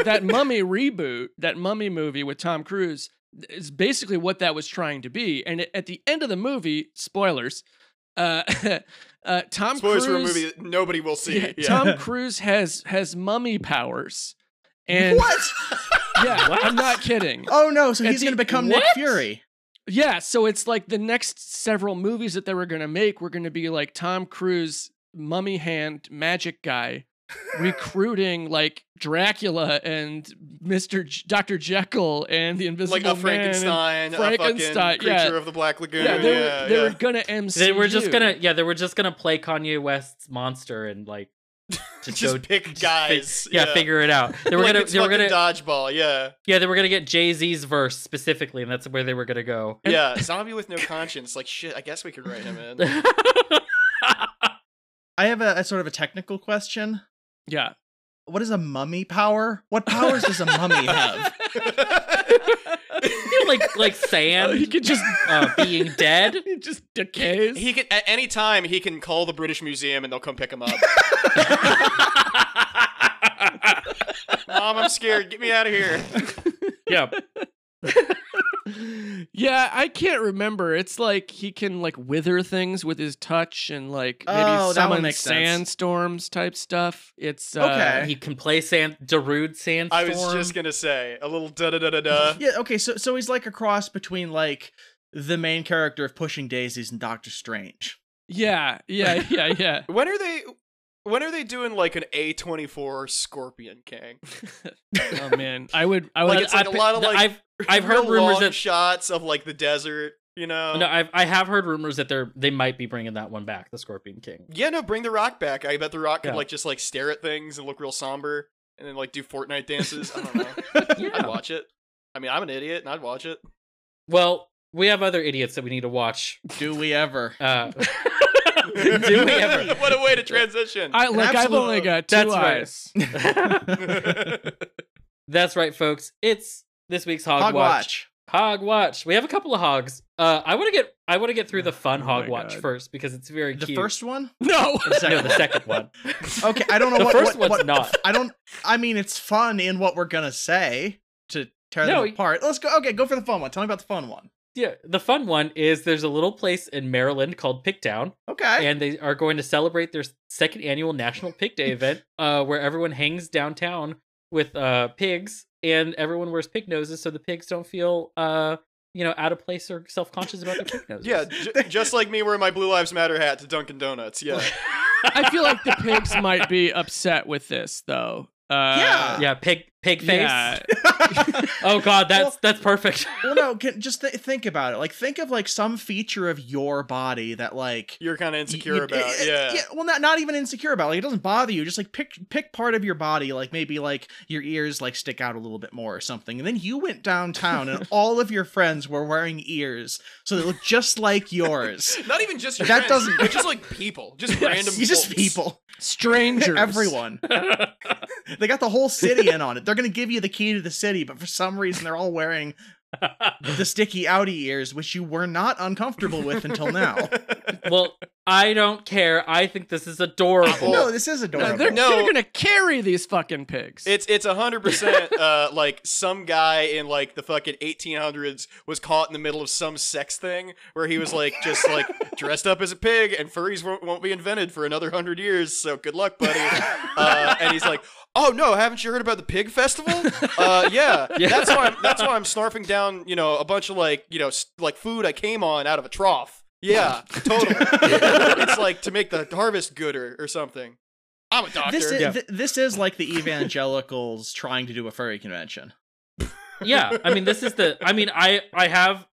A: that mummy reboot, that mummy movie with Tom Cruise, is basically what that was trying to be. And at- at the end of the movie, spoilers. Uh, uh, Tom Cruise.
B: Spoilers for a movie that nobody will see.
A: yeah,
B: yeah.
A: Tom Cruise has has mummy powers. And
D: what?
A: yeah, I'm not kidding.
D: Oh no! So
A: At
D: he's
A: the-
D: gonna become Nick
A: What?
D: Fury.
A: Yeah, so it's like the next several movies that they were gonna make were gonna be like Tom Cruise, mummy hand, magic guy, recruiting like Dracula and Mister J- Doctor Jekyll and the Invisible
B: like
A: Man
B: a
A: and-
B: Frankenstein, a
A: Frankenstein,
B: fucking
A: yeah.
B: creature of the Black Lagoon.
A: yeah,
B: Yeah,
A: they,
B: yeah,
A: were, they were gonna MC.
C: They were just gonna, yeah, they were just gonna play Kanye West's monster and like just,
B: just
C: go,
B: pick
C: just
B: guys.
C: fi- yeah, figure it out. They were
B: like
C: gonna,
B: it's
C: they were gonna,
B: fucking dodgeball. Yeah,
C: yeah, they were gonna get Jay Z's verse specifically, and that's where they were gonna go.
B: yeah. Zombie with no conscience. Like shit. I guess we could write him in.
D: I have a, a sort of a technical question.
A: yeah.
D: What is a mummy power? What powers does a mummy
A: Uh,
D: have?
C: You know, like like
A: Oh, he
C: sand
A: could just
C: uh, being dead.
A: he just decays.
B: he can at any time he can call the British Museum and they'll come pick him up. Mom, I'm scared. Get me out of here.
C: yep.
A: yeah, I can't remember. It's like he can like wither things with his touch and like maybe
D: Oh, that one
A: summon
D: makes sense.
A: sandstorms type stuff. It's uh,
D: Okay.
C: He can play sand Darude sandstorm.
B: I was just gonna say a little da da da da da.
D: yeah. Okay. So so he's like a cross between like the main character of Pushing Daisies and Doctor Strange.
A: Yeah, yeah, yeah, yeah.
B: When are they? When are they doing like an A twenty four Scorpion King?
A: oh man, I would, I would.
B: Like, it's like
C: I-
B: a lot of,
C: the-
B: like,
C: I've I've heard
B: Real
C: rumors
B: long
C: that-
B: shots of like the desert. You know.
C: no, I've I have heard rumors that they're they might be bringing that one back, the Scorpion King.
B: yeah, no. Bring the Rock back. I bet the Rock could
C: Yeah.
B: like just like stare at things and look real somber, and then like do Fortnite dances. I don't know. I'd
C: Yeah.
B: watch it. I mean, I'm an idiot, and I'd watch it.
C: Well, we have other idiots that we need to watch.
D: Do we ever?
C: Uh, do we ever?
B: what a way to transition.
A: I like. I've
D: absolute-
A: only got two
C: That's right.
A: eyes.
C: That's right, folks. It's this week's Hog Watch.
D: Hogwatch.
C: Hog Watch. We have a couple of hogs. Uh, I want to get I want to get through the fun
A: Oh my
C: Hog Watch
A: God.
C: first because it's very
D: The
C: cute.
D: first one.
A: No,
D: Or the
C: no,
D: second
C: the
D: one?
C: second one.
D: Okay. I don't know
C: the
D: what
C: first
D: what,
C: one's
D: what,
C: not.
D: I don't. I mean, it's fun in what we're gonna say to tear
C: No,
D: them
C: y-
D: apart. Let's go. Okay, go for the fun one. Tell me about the fun one.
C: Yeah, the fun one is there's a little place in Maryland called Picktown,
D: Okay.
C: and they are going to celebrate their second annual National Pig Day event, uh, where everyone hangs downtown with uh pigs, and everyone wears pig noses so the pigs don't feel uh you know, out of place or self conscious about their pig noses.
B: Yeah, j- just like me wearing my Blue Lives Matter hat to Dunkin' Donuts. Yeah.
A: I feel like the pigs might be upset with this though. Uh,
D: Yeah.
C: yeah, pig pig face.
A: yeah.
C: Oh god, that's
D: Well-
C: that's perfect.
D: well, no, can, just th- think about it. Like, think of like some feature of your body that like
B: You're kind of insecure
D: you-
B: about.
D: eh, eh,
B: yeah.
D: Well, not not even insecure about. Like, it doesn't bother you. Just like pick pick part of your body, like maybe like your ears like stick out a little bit more or something. And then you went downtown, and all of your friends were wearing ears, so they look just like yours.
B: Not even just your
D: That
B: friends,
D: doesn't-
B: but just like people, just random.
D: you just
B: folks.
D: people,
A: Strangers.
D: everyone. They got the whole city in on it. They're gonna give you the key to the city, but for some reason they're all wearing the sticky outie ears, which you were not uncomfortable with until now.
C: well, I don't care. I think this is adorable.
D: no, this is adorable.
A: No, Uh, they're,
B: No.
A: they're gonna carry these fucking pigs.
B: It's it's a hundred percent uh like some guy in like the fucking eighteen hundreds was caught in the middle of some sex thing where he was like just like dressed up as a pig and furries won't, won't be invented for another hundred years so good luck buddy uh, and he's like oh no haven't you heard about the pig festival uh yeah,
C: Yeah.
B: that's why I'm, that's why I'm snarfing down you know a bunch of like you know s like food I came on out of a trough yeah totally it's like to make the harvest gooder or something I'm a doctor
D: This is,
C: Yeah.
D: thi- this is like the evangelicals trying to do a furry convention.
C: yeah i mean this is the i mean i i have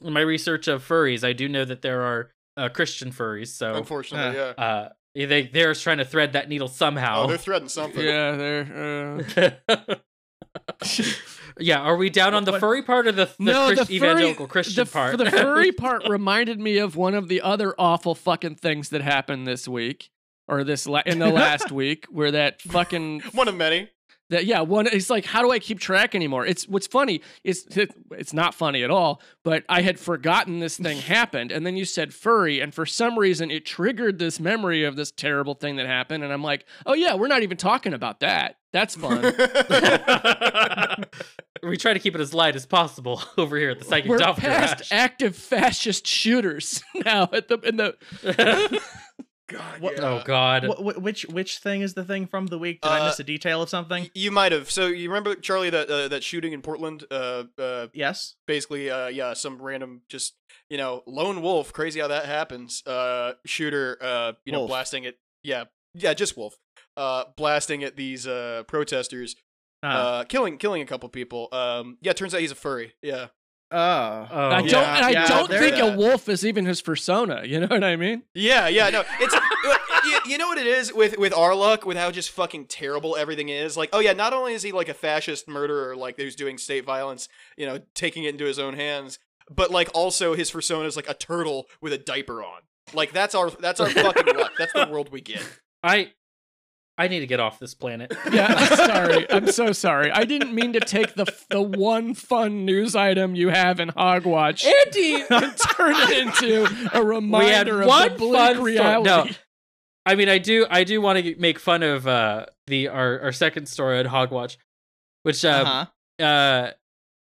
C: in my research of furries i do know that there are uh, christian furries
B: Oh,
C: so
B: unfortunately yeah.
C: uh they they're just trying to thread that needle
B: Oh,
C: somehow
B: they're threading something.
A: yeah, they're. Uh...
C: yeah are we down on the
D: What-
C: furry part or the, the,
A: no,
C: Christ-
A: the furry,
C: evangelical christian
A: the,
C: part
A: The furry part reminded me of one of the other awful fucking things that happened this week, or this la- in the last week, where that fucking
B: One of many.
A: that yeah one. It's like how do I keep track anymore? It's what's funny is it, it's not funny at all. But I had forgotten this thing happened, and then you said furry, and for some reason it triggered this memory of this terrible thing that happened, and I'm like, oh yeah, we're not even talking about that. That's fun.
C: Oh, we try to keep it as light as possible over here at the psychic
A: We're
C: doctor
A: past active fascist shooters now at the in the
B: God,
A: e-
D: What-
B: yeah.
C: oh god
D: Wh- wh- which which thing is the thing from the week? Did I
B: Uh,
D: miss a detail of something?
B: Y- You might have. So you remember Charlie that uh, that shooting in Portland? Uh, uh,
D: Yes.
B: basically, uh, yeah, some random, just you know, lone wolf. Crazy how that happens. Uh, shooter. Uh, you know,
D: Wolf.
B: blasting at yeah, yeah, just wolf. Uh, blasting at these uh protesters.
D: Uh,
B: Uh, killing killing a couple people. Um, yeah, turns out he's a furry. Yeah,
D: oh.
C: oh
A: I don't.
D: yeah,
A: I
D: yeah,
A: don't
D: there
A: think
B: that.
A: a wolf is even his persona. You know what I mean?
B: Yeah, yeah, no. It's you, you know what it is with with our luck with how just fucking terrible everything is. Like, oh yeah, not only is he like a fascist murderer, like who's doing state violence, you know, taking it into his own hands, but like also his persona is like a turtle with a diaper on. Like that's our that's our fucking luck. That's the world we get.
C: i i need to get off this planet
A: Yeah. I'm sorry. I'm so sorry. I didn't mean to take the the one fun news item you have in Hogwatch
C: andy
A: and turn it into a reminder of the bleak
C: story-
A: reality.
C: I mean, I do, I do want to make fun of uh the our, our second story at Hogwatch, which uh,
D: Uh-huh.
C: uh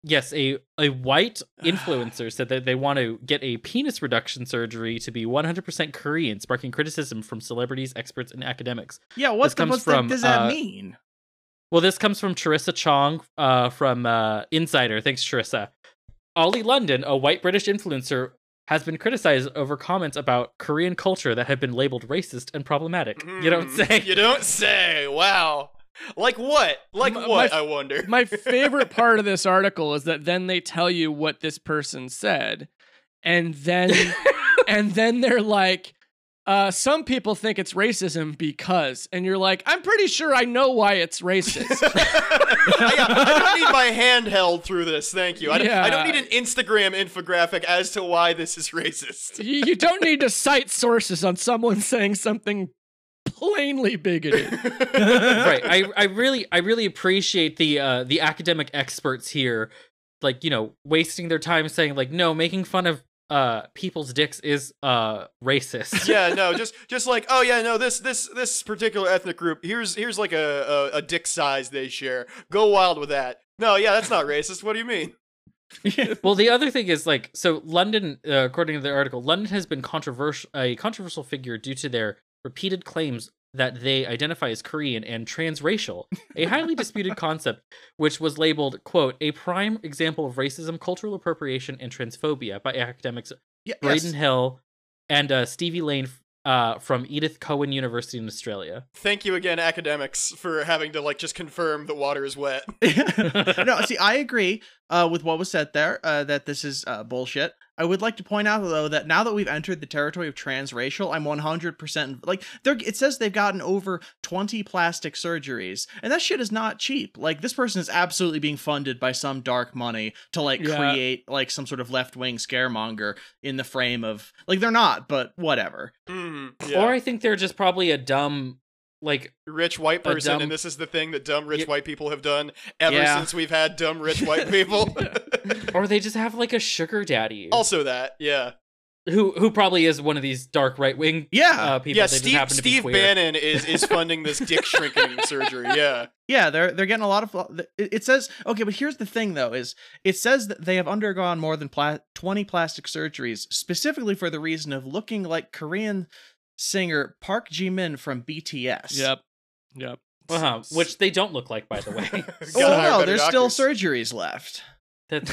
C: yes, a a white influencer said that they want to get a penis reduction surgery to be 100% Korean, sparking criticism from celebrities, experts, and academics.
D: Yeah.
C: this
D: What's the,
C: comes
D: what's
C: from,
D: the, does that
C: uh,
D: mean?
C: Well, this comes from Charissa Chong uh, from uh, Insider. Thanks, Charissa. Ollie London, a white British influencer, has been criticized over comments about Korean culture that have been labeled racist and problematic. You don't
B: Hmm,
C: say.
B: You don't say. Wow. Like what? Like
A: My-
B: what?
A: my-
B: I wonder.
A: My favorite part of this article is that then they tell you what this person said, and then and then they're like, uh, some people think it's racism because, and you're like, I'm pretty sure I know why it's racist.
B: I, got- I don't need my hand held through this. Thank you. I don't, I don't
A: Yeah.
B: need an Instagram infographic as to why this is racist.
A: you, you don't need to cite sources on someone saying something plainly bigoted.
C: right. I, I really I really appreciate the uh the academic experts here, like, you know, wasting their time saying like, no, making fun of uh people's dicks is uh racist.
B: yeah, no, just just like oh yeah, no, this this this particular ethnic group here's here's like a a, a dick size they share. Go wild with that. No, yeah, that's not racist. What do you mean?
C: Well, the other thing is like so London, uh, according to the article, London has been controversial a controversial figure due to their repeated claims that they identify as Korean and transracial, a highly disputed concept which was labeled, quote, a prime example of racism, cultural appropriation, and transphobia by academics
D: Yeah, yes.
C: Braden Hill and uh, Stevie Lane uh, from Edith Cowan University in Australia.
B: Thank you again, academics, for having to like just confirm the water is wet.
D: no, see, I agree uh, with what was said there uh, that this is uh, bullshit. I would like to point out though that now that we've entered the territory of transracial, I'm 100% like they're, it says they've gotten over 20 plastic surgeries, and that shit is not cheap. Like this person is absolutely being funded by some dark money to like
A: Yeah.
D: create like some sort of left wing scaremonger in the frame of like they're not, but whatever.
B: Hmm, yeah.
C: Or I think they're just probably a dumb, like,
B: rich white
C: a
B: person,
C: dumb-
B: and this is the thing that dumb rich
C: Yeah.
B: white people have done ever
D: Yeah.
B: since we've had dumb rich white people.
C: or they just have like a sugar daddy
B: also, that yeah,
C: who who probably is one of these dark right wing
D: Yeah,
C: uh, people.
B: yeah.
C: They just
B: Steve
C: happen to be
B: Steve
C: queer.
B: Bannon is is funding this dick shrinking surgery. Yeah,
D: Yeah, they're they're getting a lot of. It it says okay, but here's the thing though: is it says that they have undergone more than pla- twenty plastic surgeries specifically for the reason of looking like Korean singer Park Ji Min from BTS.
A: Yep. Yep.
C: Uh-huh, which they don't look like, by the way.
D: Oh
B: Gotta hire
D: no,
B: better
D: there's still
B: doctors.
D: surgeries left.
C: That's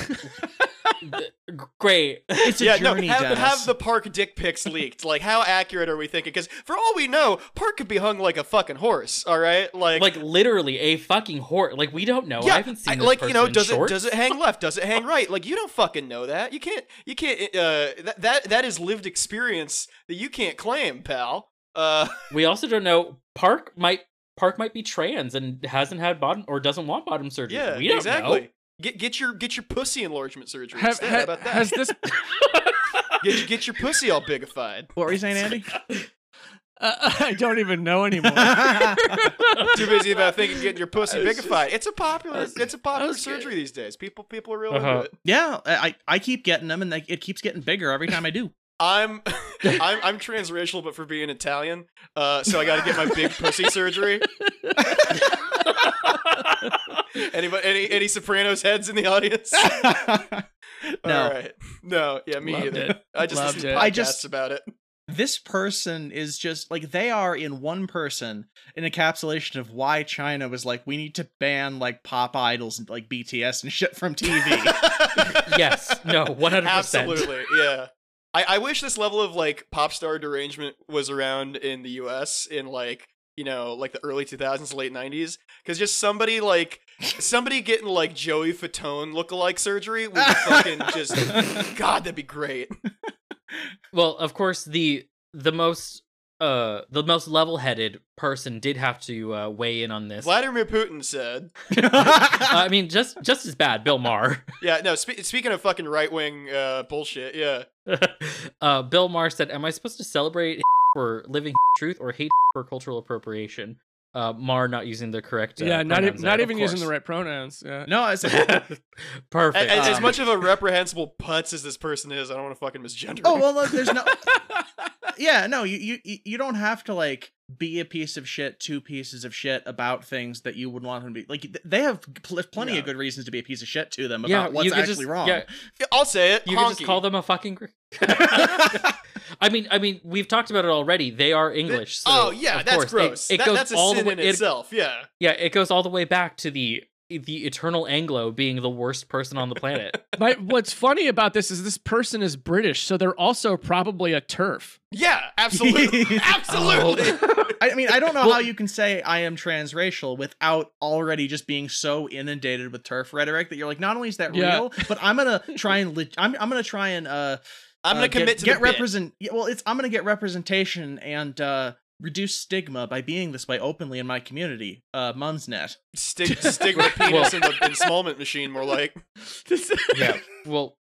C: th- great.
D: It's a
B: yeah,
D: journey,
B: no, have,
D: Dennis.
B: have the Park dick pics leaked. Like, how accurate are we thinking? Because for all we know, Park could be hung like a fucking horse. All right, like,
C: Like literally a fucking whore. Like we don't know.
B: yeah,
C: I haven't seen
B: I-
C: this
B: like you know,
C: person in
B: does
C: shorts.
B: it does it hang left? Does it hang right? Like, you don't fucking know that. You can't. You can't. Uh, that that that is lived experience that you can't claim, pal. Uh,
C: We also don't know. Park might Park might be trans and hasn't had bottom or doesn't want bottom surgery.
B: yeah,
C: we don't
B: exactly.
C: know.
B: Get get your get your pussy enlargement surgery.
A: Have,
B: instead.
A: ha-
B: how about that?
A: Has this
B: get get your pussy all bigified.
D: what were you saying, Andy?
A: Uh, I don't even know anymore.
B: Too busy about thinking getting your pussy
A: I was just-
B: bigified. It's a popular it's a popular
A: was
B: surgery these days. People people are real
C: Uh-huh.
B: into it.
D: yeah, I I- I keep getting them, and they, it keeps getting bigger every time I do.
B: I'm I'm I'm transracial, but for being Italian, uh, so I got to get my big pussy surgery. Anybody, any any Sopranos heads in the audience? All
D: no,
B: right. No, yeah, me
A: Loved
B: either.
A: it.
B: I just
A: Loved
B: listen
A: it.
B: to podcasts
D: I just-
B: about it.
D: this person is just like they are in one person an encapsulation of why China was like we need to ban like pop idols and like BTS and shit from TV.
C: uh, yes. No. One hundred percent.
B: Absolutely, yeah. I, I wish this level of like pop star derangement was around in the U.S. in like you know like the early 2000s, late 90s, because just somebody like somebody getting like Joey Fatone lookalike surgery would fucking just God, that'd be great.
C: Well, of course the the most uh the most level headed person did have to uh, weigh in on this.
B: Vladimir Putin said,
C: Uh, I mean, just just as bad, Bill Maher.
B: "Yeah, no. Spe- speaking of fucking right wing uh, bullshit, yeah,
C: uh, Bill Maher said, "Am I supposed to celebrate for living truth or hate for cultural appropriation?" Uh, Maher not using the correct. Uh,
A: yeah, not e-
C: pronouns there,
A: not
C: of
A: even using the
C: course.
A: right pronouns. Yeah.
D: no, it's
B: A-
C: Perfect. Uh,
B: as, as
D: Um,
B: much of a reprehensible putz as this person is, I don't want to fucking misgender.
D: oh
B: him.
D: well, look, there's no. Yeah, no, you you you- you don't have to like be a piece of shit, two pieces of shit about things that you would want them to be. Like th- they have pl- plenty of
B: Yeah.
D: good reasons to be a piece of shit to them about
C: yeah,
D: what's
C: you could
D: actually
C: just,
D: wrong.
C: Yeah,
B: I'll say it.
C: you
B: honky.
C: could just call them a fucking. gr- I mean, I mean, we've talked about it already. They are English. So
B: oh yeah,
C: of
B: that's
C: course, it-
B: gross.
C: It,
B: That-
C: goes
B: that's a
C: all
B: sin
C: the way.
B: in
C: it-
B: itself. Yeah.
C: yeah, it goes all the way back to the the eternal Anglo being the worst person on the planet.
A: My, what's funny about this is this person is British, so they're also probably a turf.
B: Yeah, absolutely.
C: Oh,
B: absolutely.
D: I mean, I don't know
C: Well-
D: how you can say I am transracial without already just being so inundated with turf rhetoric that you're like, not only is that
A: Yeah.
D: real, but I'm gonna try and leg I'm I'm gonna try and uh,
B: I'm
D: uh,
B: gonna
D: get-
B: commit to
D: get
B: the bit.
D: represent. yeah, Well, it's I'm gonna get representation and uh reduce stigma by being this way openly in my community. Uh, mum's net.
B: Stig- stigma penis in the ensmallment machine. More like
C: yeah. Well,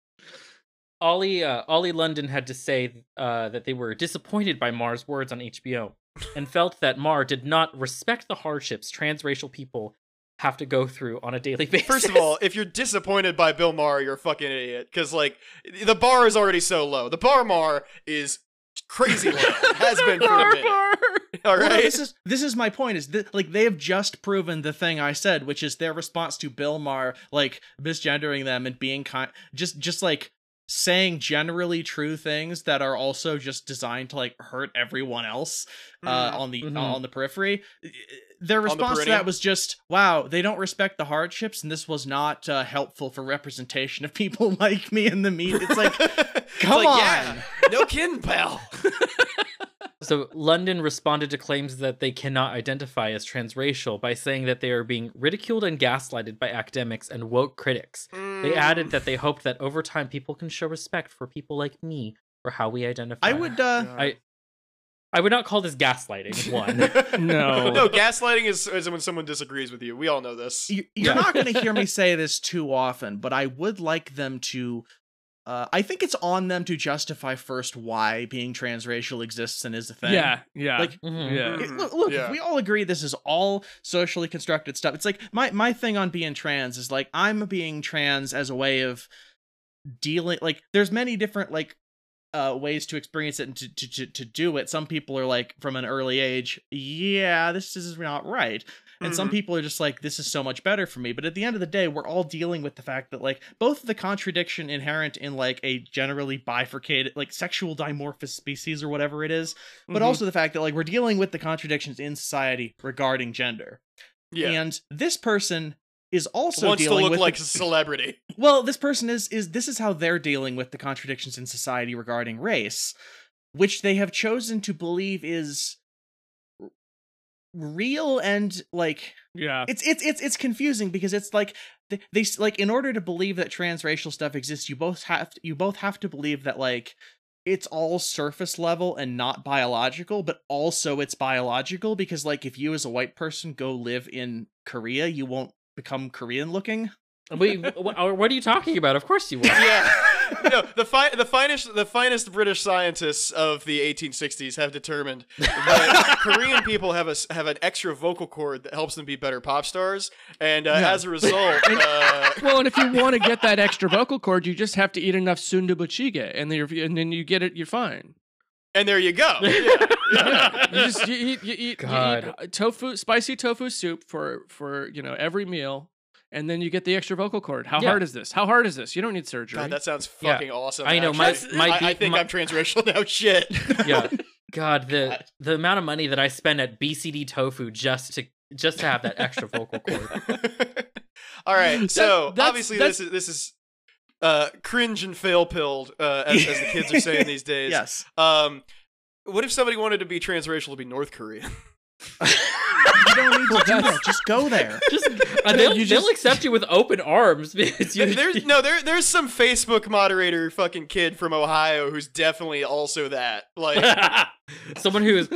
C: Ollie uh, Ollie London had to say uh, that they were disappointed by Mar's words on HBO and felt that Mar did not respect the hardships transracial people have to go through on a daily basis.
B: First of all, if you're disappointed by Bill Maher, you're a fucking idiot. Because like the bar is already so low. The bar Maher is crazy low. Has been for a minute. All
D: Well, no,
B: right.
D: this is this is my point. Is that like they have just proven the thing I said, which is their response to Bill Maher like misgendering them and being kind, just just like saying generally true things that are also just designed to like hurt everyone else uh, on the
C: Mhm.
D: on the periphery.
B: Mm,
D: Their
B: mm-hmm. the
D: response to
B: perineum.
D: that was just, "Wow, they don't respect the hardships, and this was not uh, helpful for representation of people like me in the media." It's like,
B: It's
D: come
B: like,
D: on.
B: yeah, no kidding, pal.
C: So London responded to claims that they cannot identify as transracial by saying that they are being ridiculed and gaslighted by academics and woke critics. They
B: Mm.
C: added that they hoped that over time people can show respect for people like me for how we identify.
D: I would. Uh,
B: Mm.
C: I- I would not call this gaslighting. One.
A: No.
B: no. Gaslighting is, is when someone disagrees with you. We all know this.
D: you- you're
C: Yeah.
D: not going to hear me say this too often, but I would like them to. Uh, I think it's on them to justify first why being transracial exists and is a thing.
A: Yeah, yeah,
D: Like-
C: Mhm.
A: yeah.
D: It-
B: Mhm.
D: look, look,
B: Yeah.
D: if we all agree this is all socially constructed stuff. It's like my my thing on being trans is like I'm being trans as a way of dealing. Like, there's many different like uh ways to experience it and to to to, to do it. Some people are like from an early age, yeah, this is not right. And some
B: Mhm.
D: people are just like, this is so much better for me. But at the end of the day, we're all dealing with the fact that, like, both the contradiction inherent in, like, a generally bifurcated, like, sexual dimorphous species or whatever it is, but
B: Mm-hmm.
A: Mhm.
D: also the fact that, like, we're dealing with the contradictions in society regarding gender.
B: Yeah.
D: And this person is also
B: Wants to
D: dealing
B: look
D: with.
B: like
D: the-
B: a celebrity.
D: well, this person is, is, this is how they're dealing with the contradictions in society regarding race, which they have chosen to believe is r- real and, like,
A: yeah.
D: it's it's it's it's confusing because it's like they, they s- like in order to believe that transracial stuff exists you both have to, you both have to believe that like it's all surface level and not biological but also it's biological because like if you as a white person go live in Korea you won't become Korean looking
C: Wait, wh- wh- what are you talking about? Of course you will.
B: yeah. No, the fi- the finest the finest British scientists of the 1860s have determined that Korean people have a s- have an extra vocal cord that helps them be better pop stars, and uh,
D: Yeah.
B: as a result, uh,
A: Well, and if you want to get that extra vocal cord, you just have to eat enough sundubuchige, and then you're, and then you get it. You're fine.
B: and there you go. Yeah.
A: Yeah, you just you eat you eat, you
C: God.
A: eat tofu, spicy tofu soup for for you know every meal, and then you get the extra vocal cord. How
C: Yeah.
A: hard is this? How hard is this? You don't need surgery.
B: God, that sounds
C: Yeah.
B: fucking awesome.
C: I know, my-
B: actually.
C: my
B: I, I
C: beat-
B: think
C: my-
B: I'm transracial now. Shit.
C: yeah god the
D: God.
C: the amount of money that i spend at bcd tofu just to just to have that extra vocal cord
B: All right.
A: That-
B: So
A: that's-
B: obviously
A: that's-
B: this is this is uh, cringe and fail pilled, uh, as, as the kids are saying these days.
D: yes
B: Um, what if somebody wanted to be transracial to be North Korean?
D: you don't need to do
A: That's-
D: that just go there
C: just uh, they'll,
A: You
C: they'll
A: just-
C: accept you with open arms because you
B: there's no there. There's some Facebook moderator fucking kid from Ohio who's definitely also that. Like,
C: someone who's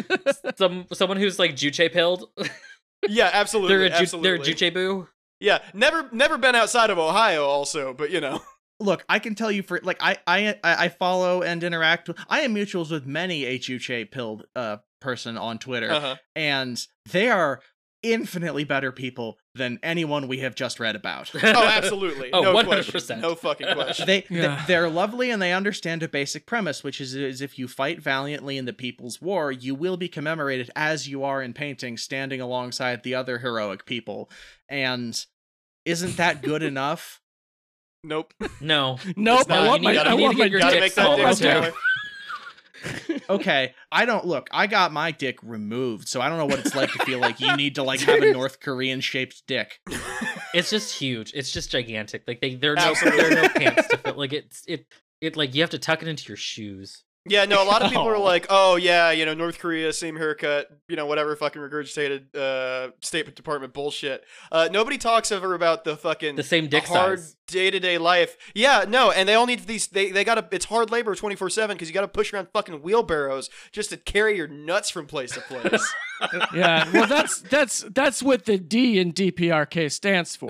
C: some someone who's like juche pilled
B: yeah, absolutely,
C: they're a, ju- they're a
B: absolutely.
C: juche boo
B: yeah, never never been outside of Ohio. Also, but you know,
D: look i can tell you for like i i i I follow and interact with i am mutuals with many huha pilled uh person on twitter
B: uh-huh.
D: and they are infinitely better people than anyone we have just read about.
B: oh, absolutely,
C: Oh,
B: no
C: 100%.
B: question, no fucking question.
D: They,
A: Yeah.
D: they are lovely and they understand a basic premise, which is is if you fight valiantly in the people's war, you will be commemorated as you are in painting, standing alongside the other heroic people. And isn't that good enough?
B: Nope,
C: no
A: nope.
B: not-
A: I want
B: you
A: my
B: gotta-
A: I
B: you
A: want my
C: need to get your
B: gotta
A: dick
B: make
A: all
B: that dick
A: out there.
B: smaller.
D: Okay, I don't look. I got my dick removed, so I don't know what it's like to feel like you need to like have a North Korean shaped dick.
C: it's just huge it's just gigantic like they there are no
B: Absolutely.
C: there are no pants to fit like it's it it like you have to tuck it into your shoes
B: Yeah, no, a lot of people are
C: Oh.
B: like, oh, yeah, you know, North Korea, same haircut, you know, whatever fucking regurgitated uh, State Department bullshit. Uh, nobody talks ever about the fucking
C: the same dick
B: hard
C: size
B: day-to-day life. Yeah, no, and they all need these, they, they gotta, it's hard labor 24-7 because you gotta push around fucking wheelbarrows just to carry your nuts from place to place.
A: Yeah. Well, that's that's that's what the D in DPRK stands for.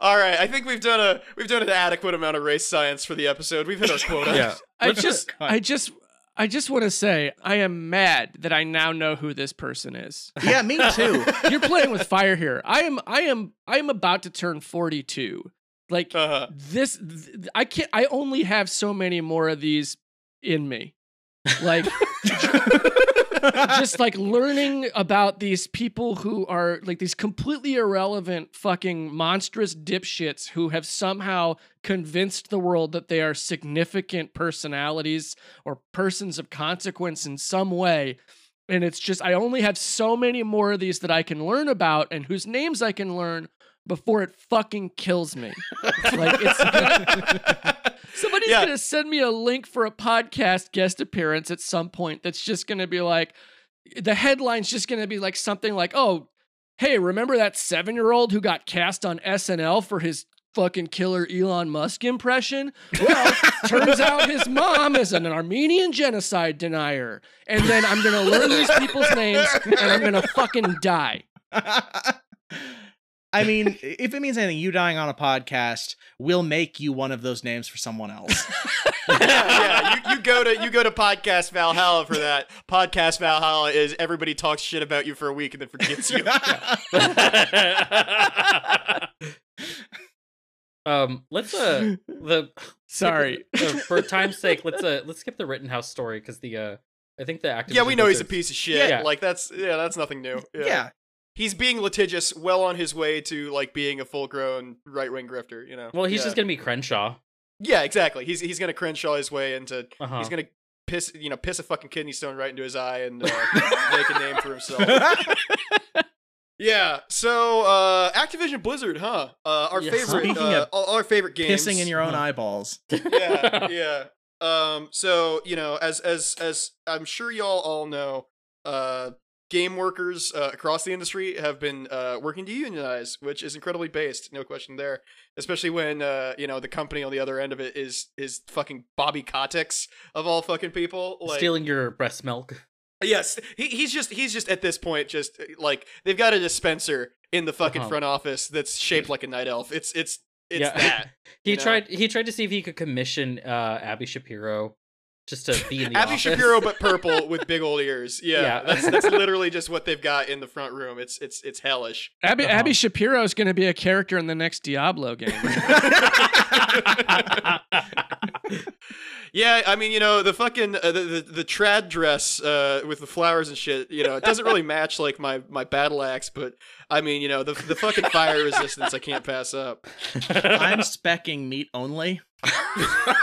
B: all right, I think we've done a, we've done an adequate amount of race science for the episode. We've hit our quota.
C: yeah
A: I
D: Let's
A: just
D: cut.
A: I just I just want to say I am mad that I now know who this person is.
D: Yeah, me too.
A: You're playing with fire here. I am I am I am about to turn 42. Like
B: Uh-huh.
A: this th- I can't I only have so many more of these in me. Like just like learning about these people who are like these completely irrelevant fucking monstrous dipshits who have somehow convinced the world that they are significant personalities or persons of consequence in some way. And it's just, I only have so many more of these that I can learn about and whose names I can learn before it fucking kills me. like, it's- Somebody's
B: Yeah.
A: gonna send me a link for a podcast guest appearance at some point that's just gonna be like the headline's just gonna be like something like, oh, hey, remember that seven year old who got cast on SNL for his fucking killer Elon Musk impression? Well, turns out his mom is an Armenian genocide denier. And then I'm gonna learn these people's names and I'm gonna fucking die.
D: I mean, if it means anything, you dying on a podcast will make you one of those names for someone else.
B: yeah, you, you go to you go to podcast Valhalla for that. Podcast Valhalla is everybody talks shit about you for a week and then forgets you.
C: um, let's uh the
A: Sorry.
C: skip the- uh, for time's sake. Let's uh let's skip the Rittenhouse story because the uh I think the actor.
B: yeah, we know he's a piece of shit.
C: Yeah.
B: Like that's yeah, that's nothing new.
D: yeah.
B: he's being litigious, well on his way to like being a full grown right wing grifter. You know.
C: Well, he's
B: yeah.
C: just gonna be Crenshaw.
B: Yeah, exactly. He's he's gonna Crenshaw his way into.
C: Uh huh.
B: He's gonna piss you know piss a fucking kidney stone right into his eye and uh, make a name for himself. Yeah. So uh Activision Blizzard, huh? Uh, our
C: Yeah.
B: favorite.
D: Speaking
B: uh,
D: of
B: all- all our favorite games.
D: Pissing in your own eyeballs.
B: yeah, yeah. Um, so you know, as as as I'm sure y'all all know, uh, game workers uh, across the industry have been uh, working to unionize, which is incredibly based, no question there. Especially when uh, you know the company on the other end of it is is fucking Bobby Kotick's of all fucking people, like
C: Stealing your breast milk.
B: Yes, he, he's just he's just at this point just uh, like they've got a dispenser in the fucking
C: Uh-huh.
B: front office that's shaped like a night elf. It's it's it's
C: Yeah.
B: that.
C: He
B: you know?
C: tried. He tried to see if he could commission uh Abby Shapiro just to be in the
B: Abby
C: office.
B: Shapiro, but purple with big old ears. Yeah,
C: Yeah.
B: that's that's literally just what they've got in the front room. It's it's it's hellish.
A: Abby
C: Uh-huh.
A: Abby Shapiro is gonna be a character in the next Diablo game.
B: Yeah, I mean, you know, the fucking uh, the, the the trad dress uh, with the flowers and shit. You know, it doesn't really match like my my battle axe, but I mean, you know, the the fucking fire resistance I can't pass up.
D: I'm specking meat only.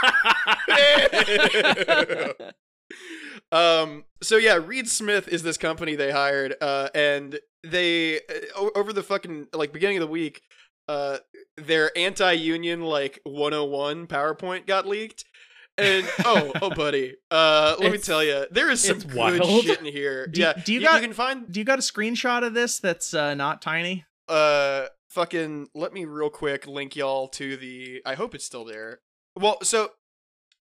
B: um so yeah reed smith is this company they hired uh and they uh, o- over the fucking like beginning of the week uh their anti-union like 101 powerpoint got leaked and oh oh buddy uh let me
C: It's-
B: tell you there is some
C: it's
B: good
C: wild.
B: shit in here
D: Do-
B: yeah
D: do you
B: you,
D: got-
B: can find
D: Do you got a screenshot of this that's uh, not tiny?
B: uh fucking let me real quick link y'all to the I hope it's still there. Well, so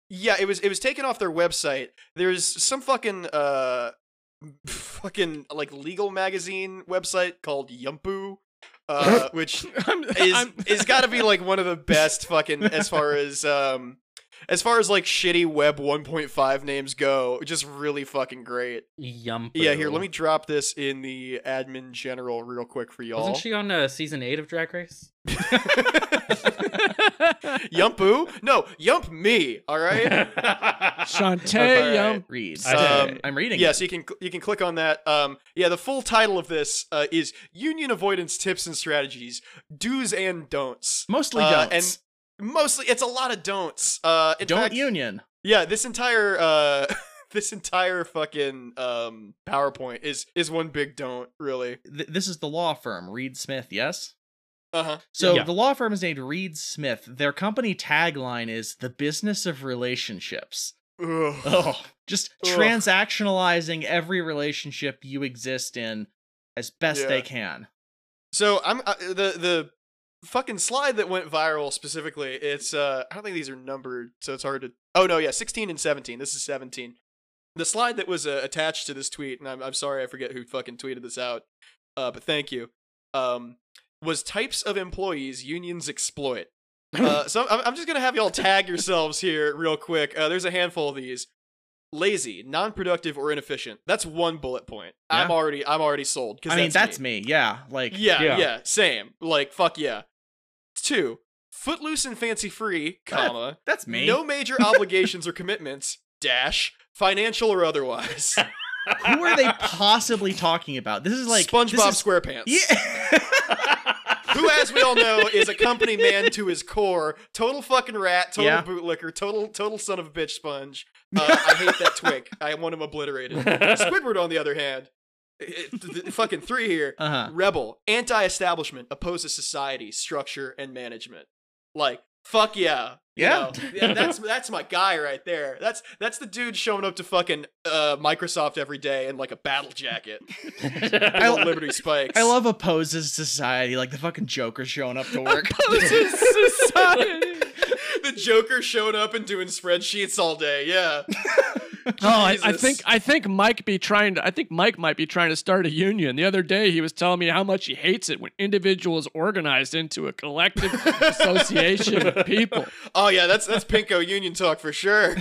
B: yeah, it was it was taken off their website. There's some fucking uh fucking like legal magazine website called Yumpu uh which
A: I'm-
B: is
A: I'm-
B: is got to be like one of the best fucking as far as um as far as like shitty web 1.5 names go, just really fucking great.
C: Yum.
B: Yeah, here, let me drop this in the admin general real quick for y'all.
C: Wasn't she on uh, season eight of Drag Race?
B: Yump who? No, yump me. All right.
A: Shantae Yum.
D: Reads.
B: Um,
D: I'm reading.
B: yeah, so you can cl- you can click on that. Um, yeah, the full title of this uh, is Union Avoidance Tips and Strategies: Do's and Don'ts.
D: it. Mostly
B: uh,
D: don'ts.
B: and mostly it's a lot of don'ts. Uh, in
D: Don't
B: fact,
D: union.
B: Yeah, this entire uh, this entire fucking um PowerPoint is is one big don't really.
D: Th- this is the law firm, Reed Smith, yes?
B: Uh huh.
D: So
C: Yeah.
D: the law firm is named Reed Smith. Their company tagline is the business of relationships. Ugh. Just
B: Ugh.
D: transactionalizing every relationship you exist in as best
B: Yeah.
D: they can.
B: So I'm uh, the the fucking slide that went viral specifically. It's uh I don't think these are numbered, so it's hard to. Oh no, yeah, 16 and 17. This is 17. The slide that was uh, attached to this tweet, and I'm I'm sorry I forget who fucking tweeted this out, uh, but thank you. Um, was types of employees unions exploit. Uh, so I'm, I'm just gonna have y'all tag yourselves here real quick. Uh, there's a handful of these. Lazy, non-productive, or inefficient. That's one bullet point. I'm
D: Yeah.
B: already, I'm already sold. 'cause
D: I mean,
B: me.
D: that's me. Yeah. Like,
B: Yeah,
C: Yeah.
B: yeah, same. Like fuck yeah. Two, footloose and fancy free, comma.
D: that's me.
B: No major obligations or commitments, dash, financial or otherwise.
D: Who are they possibly talking about? This is like
B: SpongeBob
D: This is,
B: SquarePants.
D: yeah.
B: Who, as we all know, is a company man to his core. Total fucking rat. Total
D: Yeah.
B: bootlicker. Total total son of a bitch. Sponge. Uh, I hate that twig. I want him obliterated. Squidward, on the other hand, it- th- th- fucking three here.
D: uh-huh.
B: Rebel, anti-establishment, opposes society, structure, and management. Like, fuck yeah. you
D: Yeah.
B: know? Yeah, that's that's my guy right there. That's that's the dude showing up to fucking uh, Microsoft every day in like a battle jacket,
D: I-
B: little Liberty Spikes.
D: I love opposes society, like the fucking Joker showing up to work.
B: the Joker showing up and doing spreadsheets all day. Yeah,
A: Oh, I, I
B: Jesus.
A: think I think Mike be trying to. I think Mike might be trying to start a union. The other day, he was telling me how much he hates it when individuals organized into a collective association of people.
B: Oh yeah, that's that's Pinko Union talk for sure.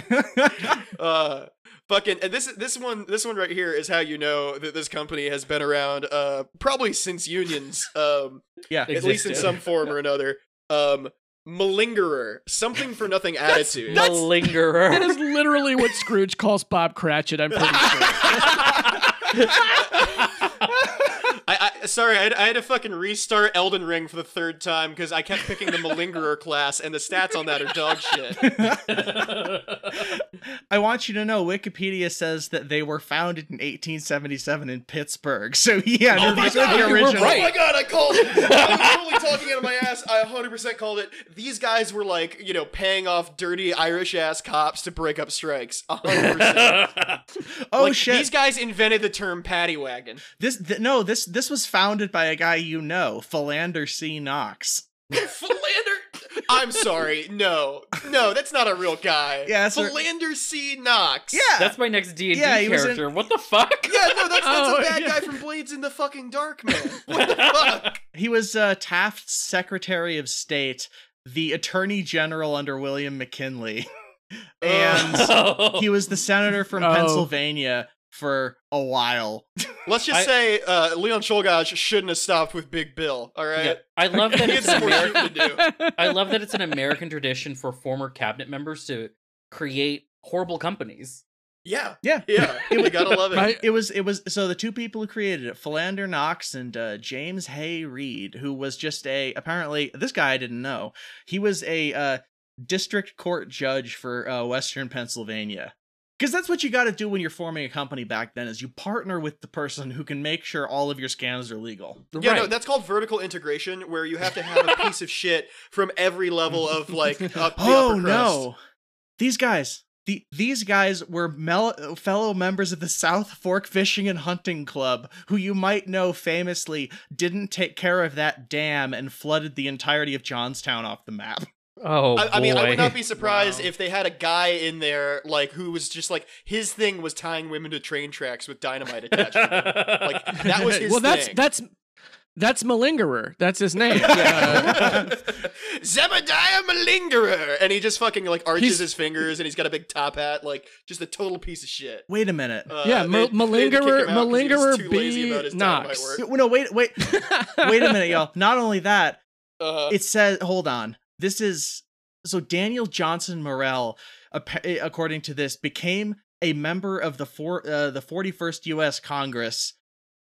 B: uh, fucking and this this one this one right here is how you know that this company has been around uh probably since unions um
D: yeah.
B: at least in
C: Existed.
B: some form or another um malingerer something for nothing attitude.
C: the lingerer.
A: That is literally what Scrooge calls Bob Cratchit. I'm pretty sure.
B: I, I sorry, I had, I had to fucking restart Elden Ring for the third time because I kept picking the malingerer class and the stats on that are dog shit.
D: I want you to know Wikipedia says that they were founded in 1877 in Pittsburgh. So yeah, they're
B: my
D: these are
B: God, you
D: the
B: were
D: original.
B: Oh my god, I called it. I'm totally talking out of my ass. I 100% called it. These guys were like, you know, paying off dirty Irish ass cops to break up strikes. 100%.
D: Oh
B: Like,
D: shit.
B: These guys invented the term paddy wagon.
D: This th- no, this this was founded by a guy you know, Philander C. Knox.
B: Philander. I'm sorry. No. No, that's not a real guy.
D: Yeah, that's a-
B: Philander C. Knox.
D: Yeah.
C: That's my next D and D
D: Yeah, he was in-
C: character. What the fuck?
B: Yeah, no, that's, that's
A: Oh,
B: a bad
A: yeah.
B: guy from Blades in the fucking Dark, man. What the fuck?
D: He was uh, Taft's Secretary of State, the Attorney General under William McKinley, and
C: Oh.
D: he was the senator from
A: Oh.
D: Pennsylvania for a while.
B: Let's just
C: I-
B: say uh, Leon Cholgaj shouldn't have stopped with Big Bill, all
C: Yeah,
B: right?
C: I love that
B: He had
C: it's an
B: some more
C: American.
B: shooting to do.
C: I love that it's an American tradition for former cabinet members to create horrible companies.
B: Yeah.
D: Yeah.
B: Yeah. you gotta love it.
A: Right?
D: It was it was so the two people who created it, Philander Knox and uh, James Hay Reed, who was just a apparently this guy I didn't know. He was a uh, district court judge for uh, Western Pennsylvania. Because that's what you got to do when you're forming a company back then is you partner with the person who can make sure all of your scams are legal.
B: Yeah, no, that's called vertical integration, where you have to have a piece of shit from every level of like up the
D: Oh
B: upper crust.
D: no, these guys. The, these guys were mel- fellow members of the South Fork Fishing and Hunting Club, who you might know famously didn't take care of that dam and flooded the entirety of Johnstown off the map.
C: Oh,
B: I, I mean, I would not be surprised
D: Wow.
B: if they had a guy in there like who was just like his thing was tying women to train tracks with dynamite attached. to them. Like that was his
A: well, that's
B: thing.
A: that's that's Malingerer. That's his name. Uh,
B: Zebediah Malingerer, and he just fucking like arches
A: He's-
B: his fingers, and he's got a big top hat, like just a total piece of shit.
D: Wait a minute.
B: Uh,
A: Yeah,
B: they-
A: Ma-
B: they had to
A: Malingerer-
B: kick him out 'cause he was
A: Malingerer
B: too lazy
A: B.
B: about his dynamite
A: Knox.
B: work.
D: no, wait, wait, wait a minute, y'all. Not only that,
B: Uh,
D: it says hold on this is so daniel johnson morell appa- eh, according to this became a member of the four, uh, the 41st u.s congress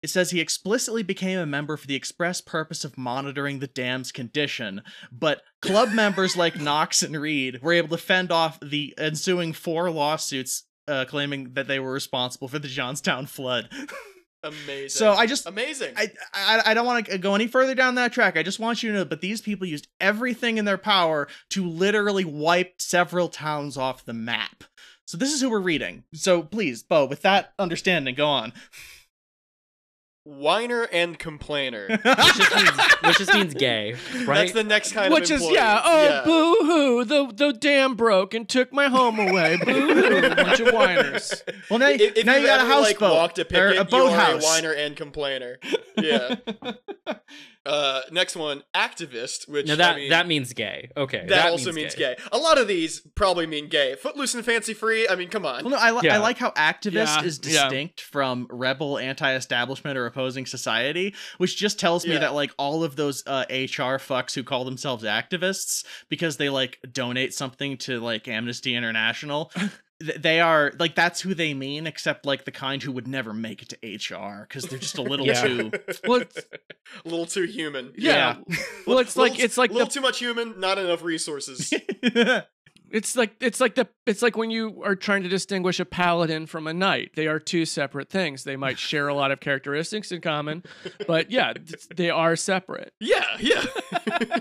D: it says he explicitly became a member for the express purpose of monitoring the dam's condition but club members like knox and reed were able to fend off the ensuing four lawsuits uh, claiming that they were responsible for the johnstown flood
B: amazing.
D: so i just
B: amazing.
D: I, I I don't want to go any further down that track. I just want you to know, but these people used everything in their power to literally wipe several towns off the map. So this is who we're reading. So please, Bo, with that understanding, go on.
B: whiner and complainer.
C: which, just means, which just means gay, right?
B: That's the next kind
A: Which
B: of
A: is
B: employee.
A: yeah. Oh, boo hoo! The the dam broke and took my home away. Boo hoo! Bunch of whiners.
D: well, now,
B: If, if
D: now
B: you've
D: you got
B: ever,
D: a houseboat
B: like, walked a
D: or
B: picket,
D: a
B: you are a
D: boathouse.
B: whiner and complainer. Yeah. uh, next one, activist. Which
C: no,
B: I
C: that
B: mean,
C: that means gay. Okay,
B: that also means,
C: gay.
B: gay. A lot of these probably mean gay. Footloose and fancy free. I mean, come on.
D: Well, no, I, li-
C: Yeah.
D: I like how activist
A: Yeah,
D: is
A: yeah.
D: distinct from rebel, anti-establishment, or opposing society, which just tells me
B: Yeah.
D: that like all of those uh, HR fucks who call themselves activists because they like donate something to like Amnesty International th- they are like that's who they mean, except like the kind who would never make it to HR because they're just a little
C: Yeah.
D: too.
A: Well, it's-
B: a little too human.
A: Yeah. Well, it's like-
B: Little-
A: it's like
B: little
A: the-
B: too much human, not enough resources.
A: It's like it's like the it's like when you are trying to distinguish a paladin from a knight. They are two separate things. They might share a lot of characteristics in common, but yeah, th- they are separate.
B: yeah, yeah.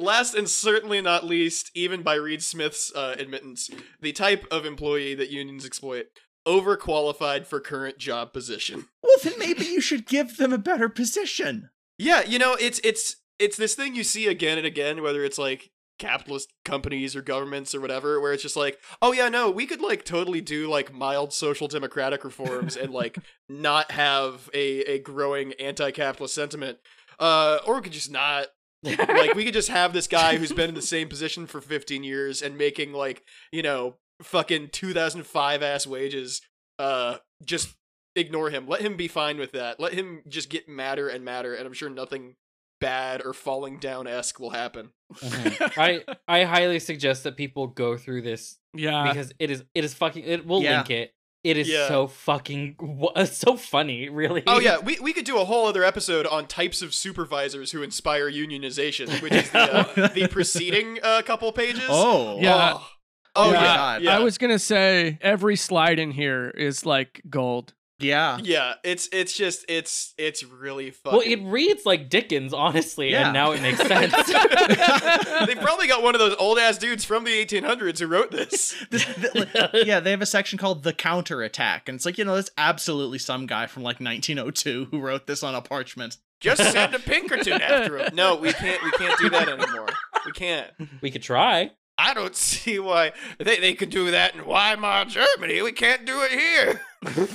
B: Last and certainly not least, even by Reed Smith's uh, admittance, the type of employee that unions exploit overqualified for current job position.
D: well, then maybe you should give them a better position.
B: Yeah, you know, it's it's it's this thing you see again and again, whether it's like capitalist companies or governments or whatever, where it's just like, oh yeah, no, we could like totally do like mild social democratic reforms and like not have a a growing anti-capitalist sentiment, uh, or we could just not. like we could just have this guy who's been in the same position for 15 years and making like you know fucking 2005 ass wages uh just ignore him. Let him be fine with that. Let him just get madder and madder, and I'm sure nothing bad or falling down esque will happen.
C: Mhm. I I highly suggest that people go through this
A: Yeah,
C: because it is it is fucking it we'll
D: Yeah.
C: link it. It is
B: Uh, Yeah.
C: so fucking wa- it's so funny, really.
B: Oh yeah, we we could do a whole other episode on types of supervisors who inspire unionization, which is the uh, the preceding uh, couple pages.
D: Oh,
A: Yeah.
B: Oh, Oh,
A: Yeah.
B: yeah.
D: God.
B: yeah.
A: I was gonna say every slide in here is like gold.
D: yeah.
B: Yeah, it's it's just it's it's really fucking.
C: Well, it reads like Dickens, honestly,
D: Yeah.
C: and now it makes sense.
B: They've probably got one of those old ass dudes from the 1800s who wrote this.
D: This- th- yeah, they have a section called the counterattack, and it's like you know that's absolutely some guy from like 1902 who wrote this on a parchment.
B: Just send a Pinkerton after him. No, we can't. We can't do that anymore. We can't.
C: we could try.
B: I don't see why they, they could do that in Weimar Germany. We can't do it here.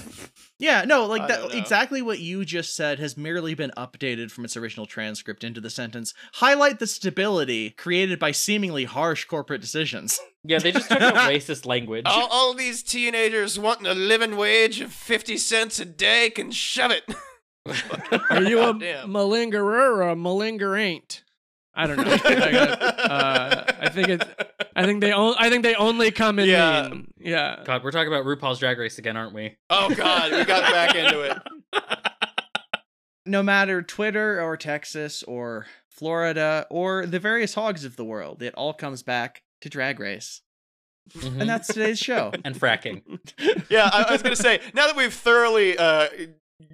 D: Yeah, no, like
B: I don't
D: that
B: know.
D: exactly what you just said has merely been updated from its original transcript into the sentence highlight the stability created by seemingly harsh corporate decisions.
C: Yeah, they just took out racist language.
B: All, all these teenagers wanting a living wage of 50 cents a day can shove it.
A: Are you a
B: Goddamn.
A: malingerer or a malinger ain't? I don't know. I, got- uh, I think it's. I think they. On, I think they only come in.
B: Yeah.
A: mean. Yeah.
C: God, we're talking about RuPaul's Drag Race again, aren't we?
B: Oh, God. We got back into it.
D: No matter Twitter or Texas or Florida or the various hogs of the world, it all comes back to drag race.
B: Mm-hmm.
C: Mhm.
D: And that's today's show.
C: and fracking.
B: Yeah, I, I was going to say, now that we've thoroughly uh,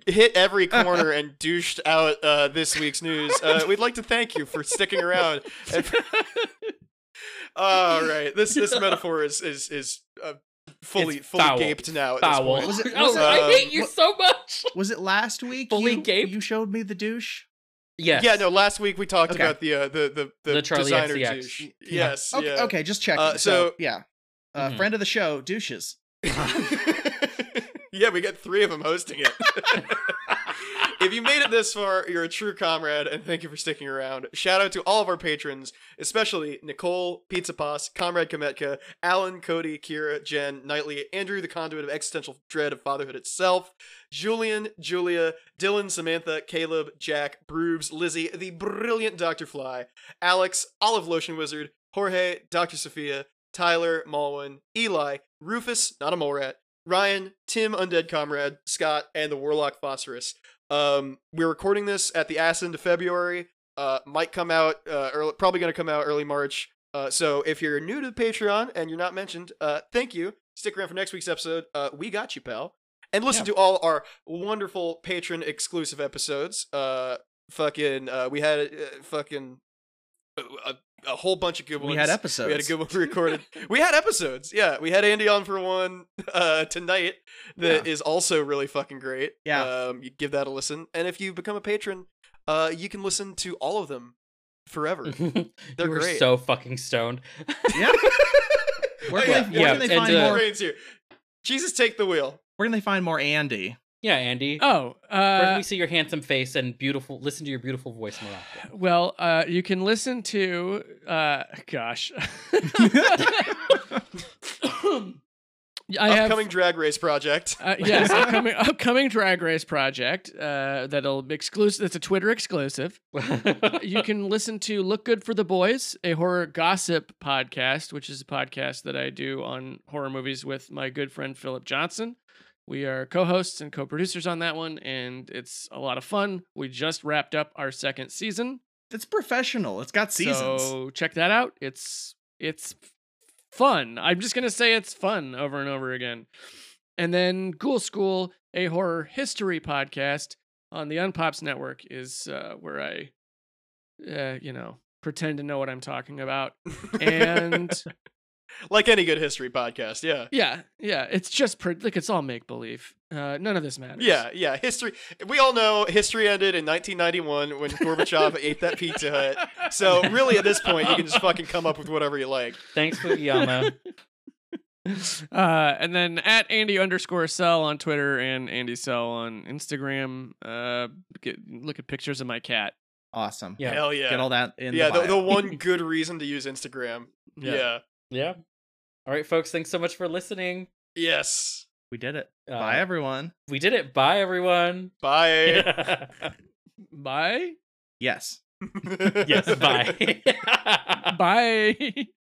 B: hit every corner and douched out uh, this week's news, uh, we'd like to thank you for sticking around. and- all right. This this metaphor is, is, is uh, fully,
C: It's
B: fully
C: foul.
B: gaped now. At this
C: Foul.
B: point.
D: Was it-
C: oh,
D: was it-
C: I hate
B: um,
C: you so much.
D: Was it last week
C: Fully
D: you,
C: gaped?
D: you showed me the douche?
C: Yes.
B: Yeah, no. Last week we talked
D: Okay.
B: about the uh, the the the,
C: The Charlie
B: designer
C: XCX.
B: douche.
C: Yeah.
B: Yes.
D: Okay,
B: yeah.
D: okay just checking.
B: Uh,
D: so,
B: so-
D: yeah. Uh,
C: Mhm.
D: Friend of the show, douches.
B: yeah, we got three of them hosting it. if you made it this far, you're a true comrade, and thank you for sticking around. Shout out to all of our patrons, especially Nicole, Pizza Pos, Comrade Kometka, Alan, Cody, Kira, Jen, Knightley, Andrew, the conduit of existential dread of fatherhood itself, Julian, Julia, Dylan, Samantha, Caleb, Jack, Brubes, Lizzie, the brilliant Dr. Fly, Alex, Olive Lotion Wizard, Jorge, Dr. Sophia, Tyler, Malwin, Eli, Rufus, not a mole rat, Ryan, Tim, Undead Comrade, Scott, and the Warlock Phosphorus. Um, we're recording this at the ass end of February. Uh, might come out uh, early, probably going to come out early March. Uh, so if you're new to Patreon and you're not mentioned, uh, thank you. Stick around for next week's episode. Uh, we got you, pal. And listen to all our wonderful patron exclusive episodes. Uh, fucking, uh, we had uh, fucking uh, a, a, a whole bunch of good ones.
D: We had episodes.
B: We had a good one we recorded. we had episodes. Yeah, we had Andy on for one uh, tonight that is also really fucking great.
D: Yeah.
B: um, you give that a listen, and if you become a patron, uh, you can listen to all of them forever.
D: Mm-hmm.
B: They're
C: you were
B: great.
C: so fucking stoned.
D: Yeah. Where can,
B: Oh, Yeah.
D: they, where
C: Yeah,
D: can they
C: and,
D: find
C: uh,
D: more?
B: Brains here. Jesus, take the wheel.
D: Where can they find more Andy?
C: Yeah, Andy.
A: Oh.
C: Where can
A: Uh,
C: we see your handsome face and beautiful? Listen to your beautiful voice, Morocco.
A: well, uh, you can listen to. Uh, gosh. I have
B: Upcoming drag race project.
A: Uh, yes, upcoming, upcoming drag race project uh, that'll be exclusive. That's a Twitter exclusive. You can listen to Look Good for the Boys, a horror gossip podcast, which is a podcast that I do on horror movies with my good friend Philip Johnson. We are co hosts and co producers on that one, and it's a lot of fun. We just wrapped up our second season.
D: It's professional. It's got seasons.
A: So check that out. It's it's fun. I'm just gonna say it's fun over and over again. And then Ghoul School, a horror history podcast on the Unpops Network, is uh, where I, uh, you know, pretend to know what I'm talking about. And
B: like any good history podcast, yeah.
A: yeah, yeah, it's just pre- like it's all make believe. Uh, none of this matters.
B: Yeah, yeah. History. We all know history ended in 1991 when Gorbachev ate that Pizza Hut. So really, at this point, you can just fucking come up with whatever you like.
C: Thanks, Fukuyama.
A: uh, and then at Andy underscore Cell on Twitter and Andy Cell on Instagram. Uh, get, look at pictures of my cat.
D: awesome.
C: Yeah.
B: Hell yeah.
D: Get all that in.
B: yeah,
D: the,
B: the,
D: bio.
B: the one good reason to use Instagram. Yeah.
C: yeah. All right, folks. Thanks so much for listening.
B: Yes.
D: we did it.
C: Uh,
D: Bye everyone.
C: We did it. Bye, everyone.
B: Bye.
A: Bye.
D: Yes.
C: yes. Bye.
A: Bye.